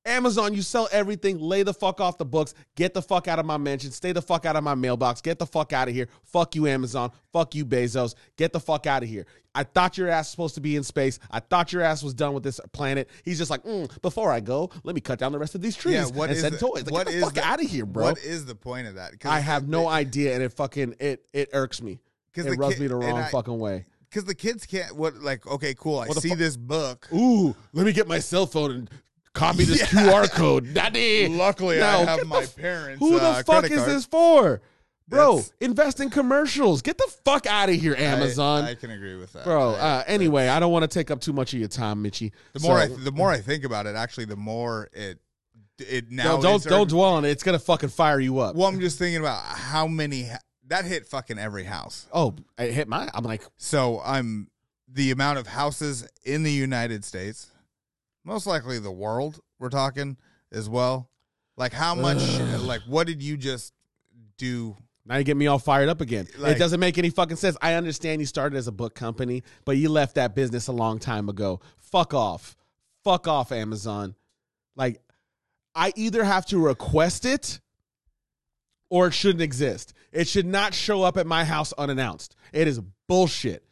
[SPEAKER 2] Amazon, you sell everything. Lay the fuck off the books. Get the fuck out of my mansion. Stay the fuck out of my mailbox. Get the fuck out of here. Fuck you, Amazon. Fuck you, Bezos. Get the fuck out of here. I thought your ass was supposed to be in space. I thought your ass was done with this planet. He's just like, mm, before I go, let me cut down the rest of these trees
[SPEAKER 1] Yeah, what
[SPEAKER 2] and
[SPEAKER 1] is
[SPEAKER 2] send
[SPEAKER 1] the-
[SPEAKER 2] toys. Like,
[SPEAKER 1] what
[SPEAKER 2] get the
[SPEAKER 1] is
[SPEAKER 2] fuck
[SPEAKER 1] the-
[SPEAKER 2] out of here, bro.
[SPEAKER 1] What is the point of that? 'Cause
[SPEAKER 2] I have no idea, and it fucking it it irks me.
[SPEAKER 1] because
[SPEAKER 2] It rubs me the wrong fucking way.
[SPEAKER 1] Because the kids can't. What like? Okay, cool. I
[SPEAKER 2] What the
[SPEAKER 1] see
[SPEAKER 2] fu-
[SPEAKER 1] this book.
[SPEAKER 2] Ooh, let me get my cell phone and copy this
[SPEAKER 1] Yeah.
[SPEAKER 2] QR code. Daddy.
[SPEAKER 1] Luckily, I
[SPEAKER 2] No,
[SPEAKER 1] have
[SPEAKER 2] get
[SPEAKER 1] my
[SPEAKER 2] the f-
[SPEAKER 1] parents.
[SPEAKER 2] Who
[SPEAKER 1] uh,
[SPEAKER 2] the fuck
[SPEAKER 1] credit
[SPEAKER 2] is
[SPEAKER 1] card.
[SPEAKER 2] this for? Bro,
[SPEAKER 1] That's-
[SPEAKER 2] invest in commercials. Get the fuck out of here,
[SPEAKER 1] I-
[SPEAKER 2] Amazon.
[SPEAKER 1] I, can agree with that,
[SPEAKER 2] Bro,
[SPEAKER 1] I-
[SPEAKER 2] uh, anyway, I don't want to take up too much of your time, Mitchy.
[SPEAKER 1] the more I
[SPEAKER 2] So-
[SPEAKER 1] the more I think about it, actually, the more it it now.
[SPEAKER 2] no, don't
[SPEAKER 1] is-
[SPEAKER 2] don't dwell on it. It's gonna fucking fire you up.
[SPEAKER 1] Well, I'm just thinking about how many that hit fucking every house.
[SPEAKER 2] Oh, it hit my. I'm like,
[SPEAKER 1] So I'm the amount of houses in the United States, most likely the world. We're talking as well. Like how much?
[SPEAKER 2] Ugh.
[SPEAKER 1] like what did you just do?
[SPEAKER 2] now you get me all fired up again.
[SPEAKER 1] Like-
[SPEAKER 2] it doesn't make any fucking sense. I understand you started as a book company, but you left that business a long time ago. Fuck off. Fuck off, Amazon. Like, I either have to request it or it shouldn't exist. It should not show up at my house unannounced. It is bullshit.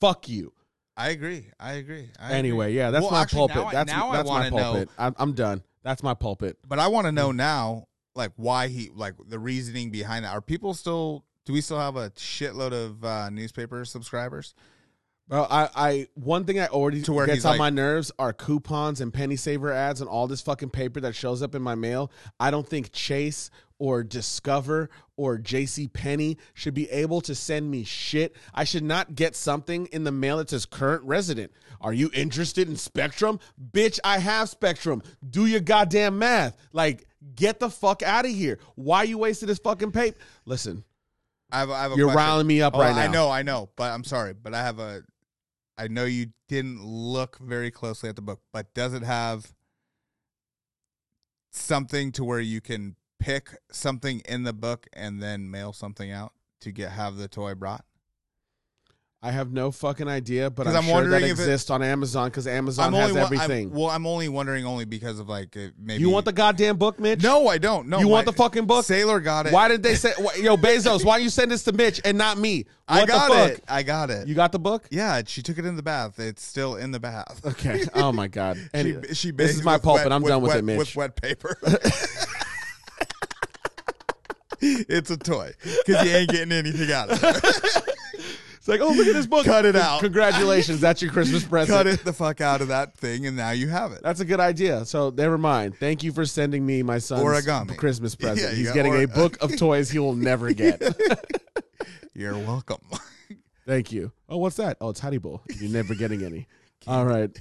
[SPEAKER 2] Fuck you.
[SPEAKER 1] I agree. I agree. I agree.
[SPEAKER 2] Anyway, yeah, that's
[SPEAKER 1] Well,
[SPEAKER 2] my
[SPEAKER 1] actually,
[SPEAKER 2] pulpit.
[SPEAKER 1] now I-
[SPEAKER 2] that's
[SPEAKER 1] now I
[SPEAKER 2] that's my
[SPEAKER 1] wanna know-
[SPEAKER 2] pulpit. I'm, I'm done. That's my pulpit.
[SPEAKER 1] But I want to
[SPEAKER 2] Hmm.
[SPEAKER 1] know now, like why he, like the reasoning behind that. Are people still? Do we still have a shitload of uh, newspaper subscribers?
[SPEAKER 2] Bro, I, I one thing I already
[SPEAKER 1] To where he's
[SPEAKER 2] gets on
[SPEAKER 1] like-
[SPEAKER 2] my nerves are coupons and penny saver ads and all this fucking paper that shows up in my mail. I don't think Chase or Discover or JC Penny should be able to send me shit. I should not get something in the mail that says current resident. Are you interested in Spectrum? Bitch, I have Spectrum. Do your goddamn math. Like, get the fuck out of here. Why you wasted this fucking paper? Listen,
[SPEAKER 1] I have, I have a
[SPEAKER 2] you're
[SPEAKER 1] question.
[SPEAKER 2] riling me up
[SPEAKER 1] Oh,
[SPEAKER 2] right now.
[SPEAKER 1] I know, I know, but I'm sorry, but I have a. I know you didn't look very closely at the book, but does it have something to where you can pick something in the book and then mail something out to get have the toy brought?
[SPEAKER 2] I have no fucking idea, but
[SPEAKER 1] 'Cause
[SPEAKER 2] I'm,
[SPEAKER 1] I'm
[SPEAKER 2] sure
[SPEAKER 1] wondering
[SPEAKER 2] that
[SPEAKER 1] if it-
[SPEAKER 2] exists on Amazon because Amazon has
[SPEAKER 1] won- I'm-
[SPEAKER 2] everything.
[SPEAKER 1] well, I'm only wondering only because of like uh, maybe
[SPEAKER 2] you want the goddamn book, Mitch?
[SPEAKER 1] No, I don't. No,
[SPEAKER 2] You want
[SPEAKER 1] my-
[SPEAKER 2] the fucking book?
[SPEAKER 1] Sailor got it.
[SPEAKER 2] Why did they say, why- yo, Bezos? Why you send this to Mitch and not me?
[SPEAKER 1] I
[SPEAKER 2] What
[SPEAKER 1] got
[SPEAKER 2] the fuck?
[SPEAKER 1] it. I got it.
[SPEAKER 2] You got the book?
[SPEAKER 1] yeah, she took it in the bath. It's still in the bath.
[SPEAKER 2] Okay. Oh my god. Anyway,
[SPEAKER 1] she, she
[SPEAKER 2] this is
[SPEAKER 1] bathes
[SPEAKER 2] my
[SPEAKER 1] with
[SPEAKER 2] pulp,
[SPEAKER 1] wet-
[SPEAKER 2] and I'm done with
[SPEAKER 1] wet,
[SPEAKER 2] it, Mitch.
[SPEAKER 1] With wet paper. it's a toy because you ain't getting anything out of it.
[SPEAKER 2] It's like, oh, look at this book.
[SPEAKER 1] Cut it out.
[SPEAKER 2] Congratulations, that's your Christmas present.
[SPEAKER 1] Cut it the fuck out of that thing, and now you have it.
[SPEAKER 2] That's a good idea. So never mind. Thank you for sending me my son's
[SPEAKER 1] Origami.
[SPEAKER 2] Christmas present.
[SPEAKER 1] Yeah, you
[SPEAKER 2] He's
[SPEAKER 1] got
[SPEAKER 2] getting
[SPEAKER 1] ori-
[SPEAKER 2] a book of toys he will never get.
[SPEAKER 1] You're welcome.
[SPEAKER 2] Thank you. Oh, what's that? Oh, it's Hattie Bowl. You're never getting any. All right.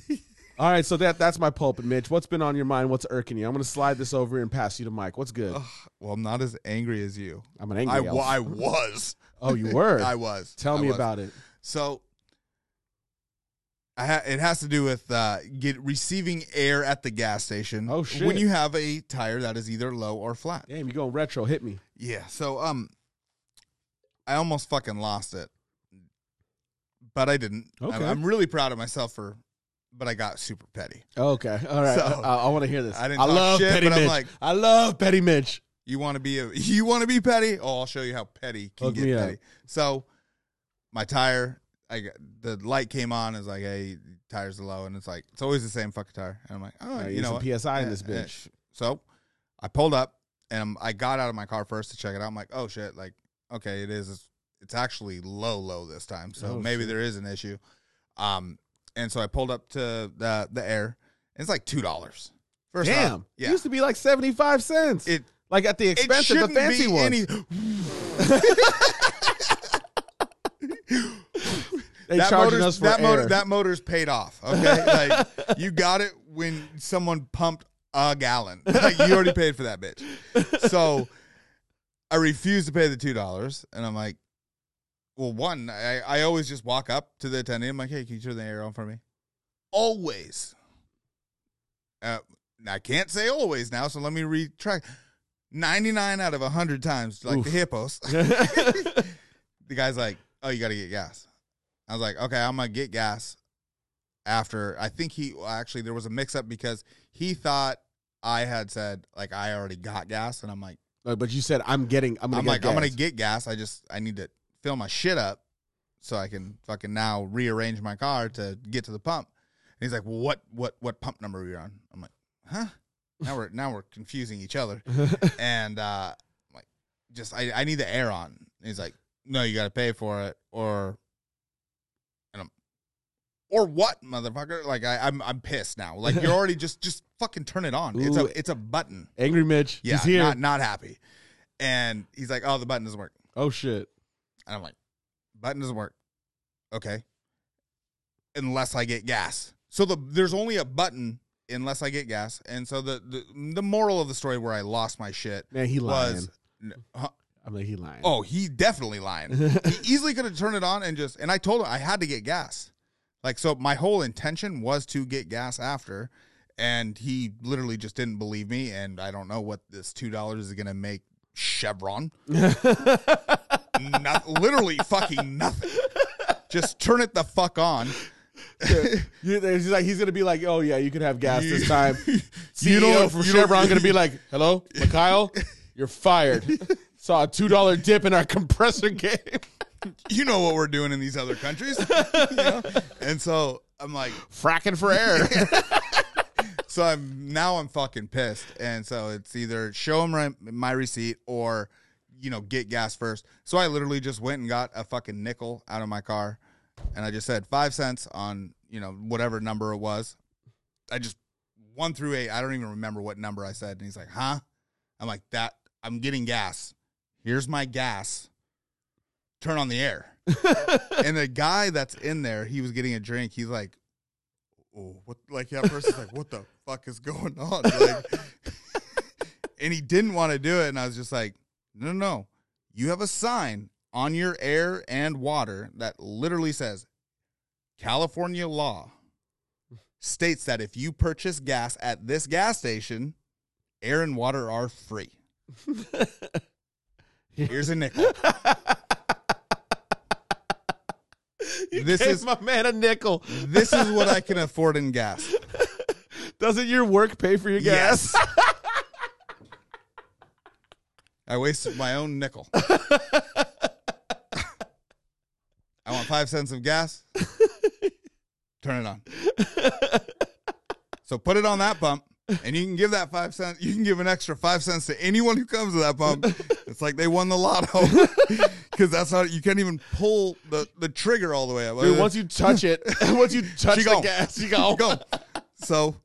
[SPEAKER 2] All right, so that that's my pulpit, Mitch. What's been on your mind? What's irking you? I'm gonna slide this over and pass you to Mike. What's good?
[SPEAKER 1] Ugh, well, I'm not as angry as you.
[SPEAKER 2] I'm an
[SPEAKER 1] Oh, I,
[SPEAKER 2] angry.
[SPEAKER 1] wa-
[SPEAKER 2] elf.
[SPEAKER 1] I was.
[SPEAKER 2] oh, you were.
[SPEAKER 1] I was.
[SPEAKER 2] Tell
[SPEAKER 1] I
[SPEAKER 2] me
[SPEAKER 1] was.
[SPEAKER 2] about it.
[SPEAKER 1] So. I ha- it has to do with uh, get receiving air at the gas station.
[SPEAKER 2] Oh, shit.
[SPEAKER 1] When you have a tire that is either low or flat.
[SPEAKER 2] Damn, you going retro? Hit me.
[SPEAKER 1] Yeah. So um, I almost fucking lost it, but I didn't. I'm-
[SPEAKER 2] Okay.
[SPEAKER 1] I'm, really proud of myself for, but I got super petty.
[SPEAKER 2] Okay. All right. Uh,
[SPEAKER 1] So,
[SPEAKER 2] I, want to hear this.
[SPEAKER 1] I didn't
[SPEAKER 2] I
[SPEAKER 1] talk
[SPEAKER 2] love
[SPEAKER 1] shit,
[SPEAKER 2] petty
[SPEAKER 1] but I'm
[SPEAKER 2] Mitch.
[SPEAKER 1] like-
[SPEAKER 2] I love petty Mitch.
[SPEAKER 1] You want to be a you want to be petty? Oh, I'll show you how petty can
[SPEAKER 2] Hook
[SPEAKER 1] get
[SPEAKER 2] me
[SPEAKER 1] petty.
[SPEAKER 2] up.
[SPEAKER 1] So, my tire, I got, the light came on. It's like, hey, tires are low, and it's like it's always the same fucking tire. And I'm like, oh,
[SPEAKER 2] All right,
[SPEAKER 1] you
[SPEAKER 2] get
[SPEAKER 1] know,
[SPEAKER 2] some
[SPEAKER 1] what?
[SPEAKER 2] PSI in
[SPEAKER 1] Eh,
[SPEAKER 2] this
[SPEAKER 1] eh,
[SPEAKER 2] bitch.
[SPEAKER 1] So I pulled up and i I got out of my car first to check it out. I'm like, oh shit, like, okay, it is. It's, it's actually low, low this time. So
[SPEAKER 2] Oh,
[SPEAKER 1] maybe
[SPEAKER 2] shit.
[SPEAKER 1] there is an issue. Um, and so I pulled up to the the air. And it's like two dollars. First
[SPEAKER 2] Damn.
[SPEAKER 1] off,
[SPEAKER 2] It
[SPEAKER 1] yeah,
[SPEAKER 2] used to be like seventy five cents.
[SPEAKER 1] it
[SPEAKER 2] like at the
[SPEAKER 1] it
[SPEAKER 2] expense of
[SPEAKER 1] shouldn't
[SPEAKER 2] the fancy
[SPEAKER 1] be
[SPEAKER 2] ones.
[SPEAKER 1] any.
[SPEAKER 2] they
[SPEAKER 1] that
[SPEAKER 2] charging
[SPEAKER 1] motor's,
[SPEAKER 2] us for
[SPEAKER 1] that motor
[SPEAKER 2] air.
[SPEAKER 1] that motor's paid off. Okay, like you got it when someone pumped a gallon. Like you already paid for that bitch. So I refuse to pay the two dollars, and I'm like, well, one, I, I always just walk up to the attendant. I'm like, hey, can you turn the air on for me? Always. Uh, I can't say always now, so let me retract. 99 out of 100 times, like
[SPEAKER 2] Oof.
[SPEAKER 1] the hippos the guy's like, "Oh, you got to get gas." I was like, "Okay, I'm gonna get gas." After I think he well, actually there was a mix up because he thought I had said like I already got gas, and I'm like,
[SPEAKER 2] No, but you said I'm getting. I'm,
[SPEAKER 1] I'm,
[SPEAKER 2] gonna get
[SPEAKER 1] like, I'm gonna
[SPEAKER 2] gas."
[SPEAKER 1] get gas. I just I need to fill my shit up so I can fucking now rearrange my car to get to the pump. And he's like, "Well, what what what pump number are you on?" I'm like, "Huh." Now we're now we're confusing each other, and uh, I'm like just I, I need the air on. And he's like, no, you got to pay for it, or, and I'm, or what, motherfucker? Like I, I'm, I'm pissed now. Like you're already just, just fucking turn it on. It's a,
[SPEAKER 2] Ooh.
[SPEAKER 1] it's a button.
[SPEAKER 2] Angry Mitch.
[SPEAKER 1] Yeah,
[SPEAKER 2] he's here.
[SPEAKER 1] not, not happy. And he's like, oh, the button doesn't work.
[SPEAKER 2] oh shit.
[SPEAKER 1] And I'm like, button doesn't work. Okay. Unless I get gas. So the there's only a button unless I get gas. And so the the, the moral of the story where I lost my shit
[SPEAKER 2] Man, he lying.
[SPEAKER 1] was n- huh?
[SPEAKER 2] I'm like he lying.
[SPEAKER 1] oh, he definitely lying. he easily could have turned it on and just and I told him I had to get gas. Like so my whole intention was to get gas after and he literally just didn't believe me and I don't know what this $2 is going to make Chevron. Not, literally fucking nothing. Just turn it the fuck on.
[SPEAKER 2] You- he's like he's gonna be like, oh yeah, you can have gas this time. CEO
[SPEAKER 1] You don't-
[SPEAKER 2] from
[SPEAKER 1] you don't-
[SPEAKER 2] Chevron gonna be like, hello, Mikhail, you're fired. Saw a two dollar dip in our compressor game.
[SPEAKER 1] You know what we're doing in these other countries. you know? And so I'm like
[SPEAKER 2] Fracking for air.
[SPEAKER 1] so I'm now I'm fucking pissed, and so it's either show him my, my receipt or you know get gas first. So I literally just went and got a fucking nickel out of my car, and I just said five cents on you know whatever number it was. I just one through eight. I don't even remember what number I said, and he's like, "Huh?" I'm like, "That I'm getting gas. Here's my gas. Turn on the air." and the guy that's in there, he was getting a drink. He's like, oh, what? Like that person's like, what the fuck is going on? Like, and he didn't want to do it, and I was just like, no, no, no. You have a sign on your air and water that literally says, California law states that if you purchase gas at this gas station, air and water are free. Here's a nickel.
[SPEAKER 2] You
[SPEAKER 1] This
[SPEAKER 2] gave
[SPEAKER 1] is-
[SPEAKER 2] my man a nickel.
[SPEAKER 1] This is what I can afford in gas.
[SPEAKER 2] Doesn't your work pay for your gas?
[SPEAKER 1] Yes. I wasted my own nickel. I want five cents of gas. Turn it on. So put it on that pump, and you can give that five cents. You can give an extra five cents to anyone who comes to that pump. It's like they won the lotto because that's how you can't even pull the, the trigger all the way up. Uh,
[SPEAKER 2] Dude, once you touch it, once you touch
[SPEAKER 1] She
[SPEAKER 2] the
[SPEAKER 1] gone.
[SPEAKER 2] gas, you go.
[SPEAKER 1] go. So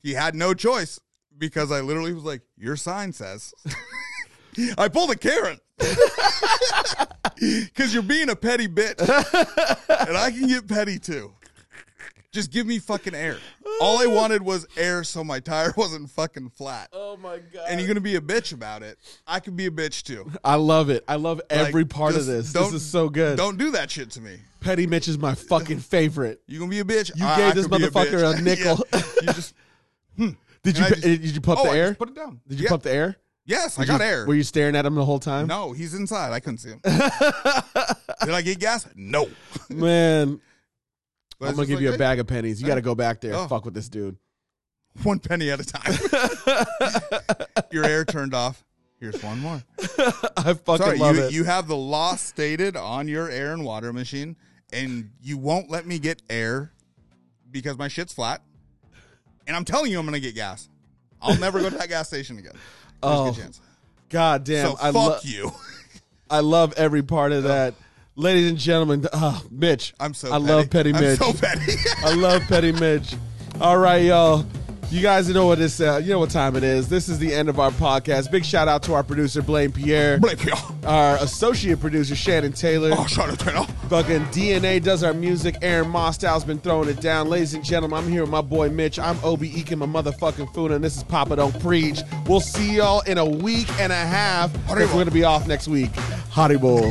[SPEAKER 1] he had no choice because I literally was like, "Your sign says." I pulled a Karen because you're being a petty bitch, and I can get petty too. Just give me fucking air. All I wanted was air, so my tire wasn't fucking flat.
[SPEAKER 2] Oh my god!
[SPEAKER 1] And you're gonna be a bitch about it. I could be a bitch too.
[SPEAKER 2] I love it. I love every
[SPEAKER 1] Like,
[SPEAKER 2] part of
[SPEAKER 1] just
[SPEAKER 2] this. This
[SPEAKER 1] don't-
[SPEAKER 2] is so good.
[SPEAKER 1] Don't do that shit to me.
[SPEAKER 2] Petty Mitch is my fucking favorite.
[SPEAKER 1] You gonna be a bitch?
[SPEAKER 2] You
[SPEAKER 1] I-
[SPEAKER 2] gave
[SPEAKER 1] I
[SPEAKER 2] this
[SPEAKER 1] could be
[SPEAKER 2] motherfucker
[SPEAKER 1] bitch.
[SPEAKER 2] a nickel.
[SPEAKER 1] Yeah. You just
[SPEAKER 2] Did you eh,
[SPEAKER 1] I just-
[SPEAKER 2] did you pump
[SPEAKER 1] oh,
[SPEAKER 2] the
[SPEAKER 1] I
[SPEAKER 2] air?
[SPEAKER 1] just put it down.
[SPEAKER 2] Did you
[SPEAKER 1] Yeah.
[SPEAKER 2] pump the air?
[SPEAKER 1] Yes, I
[SPEAKER 2] Did
[SPEAKER 1] got
[SPEAKER 2] you-
[SPEAKER 1] air.
[SPEAKER 2] Were you staring at him the whole time?
[SPEAKER 1] No, he's inside. I couldn't see him. Did I get gas? No.
[SPEAKER 2] Man,
[SPEAKER 1] But
[SPEAKER 2] I'm
[SPEAKER 1] it's
[SPEAKER 2] gonna
[SPEAKER 1] just
[SPEAKER 2] give
[SPEAKER 1] like,
[SPEAKER 2] you
[SPEAKER 1] hey,
[SPEAKER 2] a bag of pennies. You got to go back there.
[SPEAKER 1] Oh.
[SPEAKER 2] Fuck with this dude.
[SPEAKER 1] One penny at a time. Your air turned off. Here's one more.
[SPEAKER 2] I fucking
[SPEAKER 1] Sorry,
[SPEAKER 2] love
[SPEAKER 1] you,
[SPEAKER 2] it.
[SPEAKER 1] you have the law stated on your air and water machine, and you won't let me get air because my shit's flat. And I'm telling you, I'm going to get gas. I'll never go to that gas station again. There's a
[SPEAKER 2] Oh,
[SPEAKER 1] good chance.
[SPEAKER 2] God damn!
[SPEAKER 1] So
[SPEAKER 2] I,
[SPEAKER 1] fuck
[SPEAKER 2] lo-
[SPEAKER 1] you. Oh.
[SPEAKER 2] I love every part of that. Ladies and gentlemen, uh, Mitch.
[SPEAKER 1] I'm so
[SPEAKER 2] I love Petty
[SPEAKER 1] I'm
[SPEAKER 2] Mitch.
[SPEAKER 1] so petty.
[SPEAKER 2] I love Petty Mitch. All right, y'all. You guys know what it's. Uh, you know what time it is. This is the end of our podcast. Big shout out to our producer Blaine Pierre,
[SPEAKER 1] Blame you.
[SPEAKER 2] our associate producer Shannon Taylor.
[SPEAKER 1] Oh, shut up, turn off.
[SPEAKER 2] Fucking DNA does our music. Aaron Mostow's been throwing it down. Ladies and gentlemen, I'm here with my boy Mitch. I'm Obi Eakin, my motherfucking food, and this is Papa Don't Preach. We'll see y'all in a week and a half. 'cause We're
[SPEAKER 1] Haribo.
[SPEAKER 2] going to be off next week. Haribo.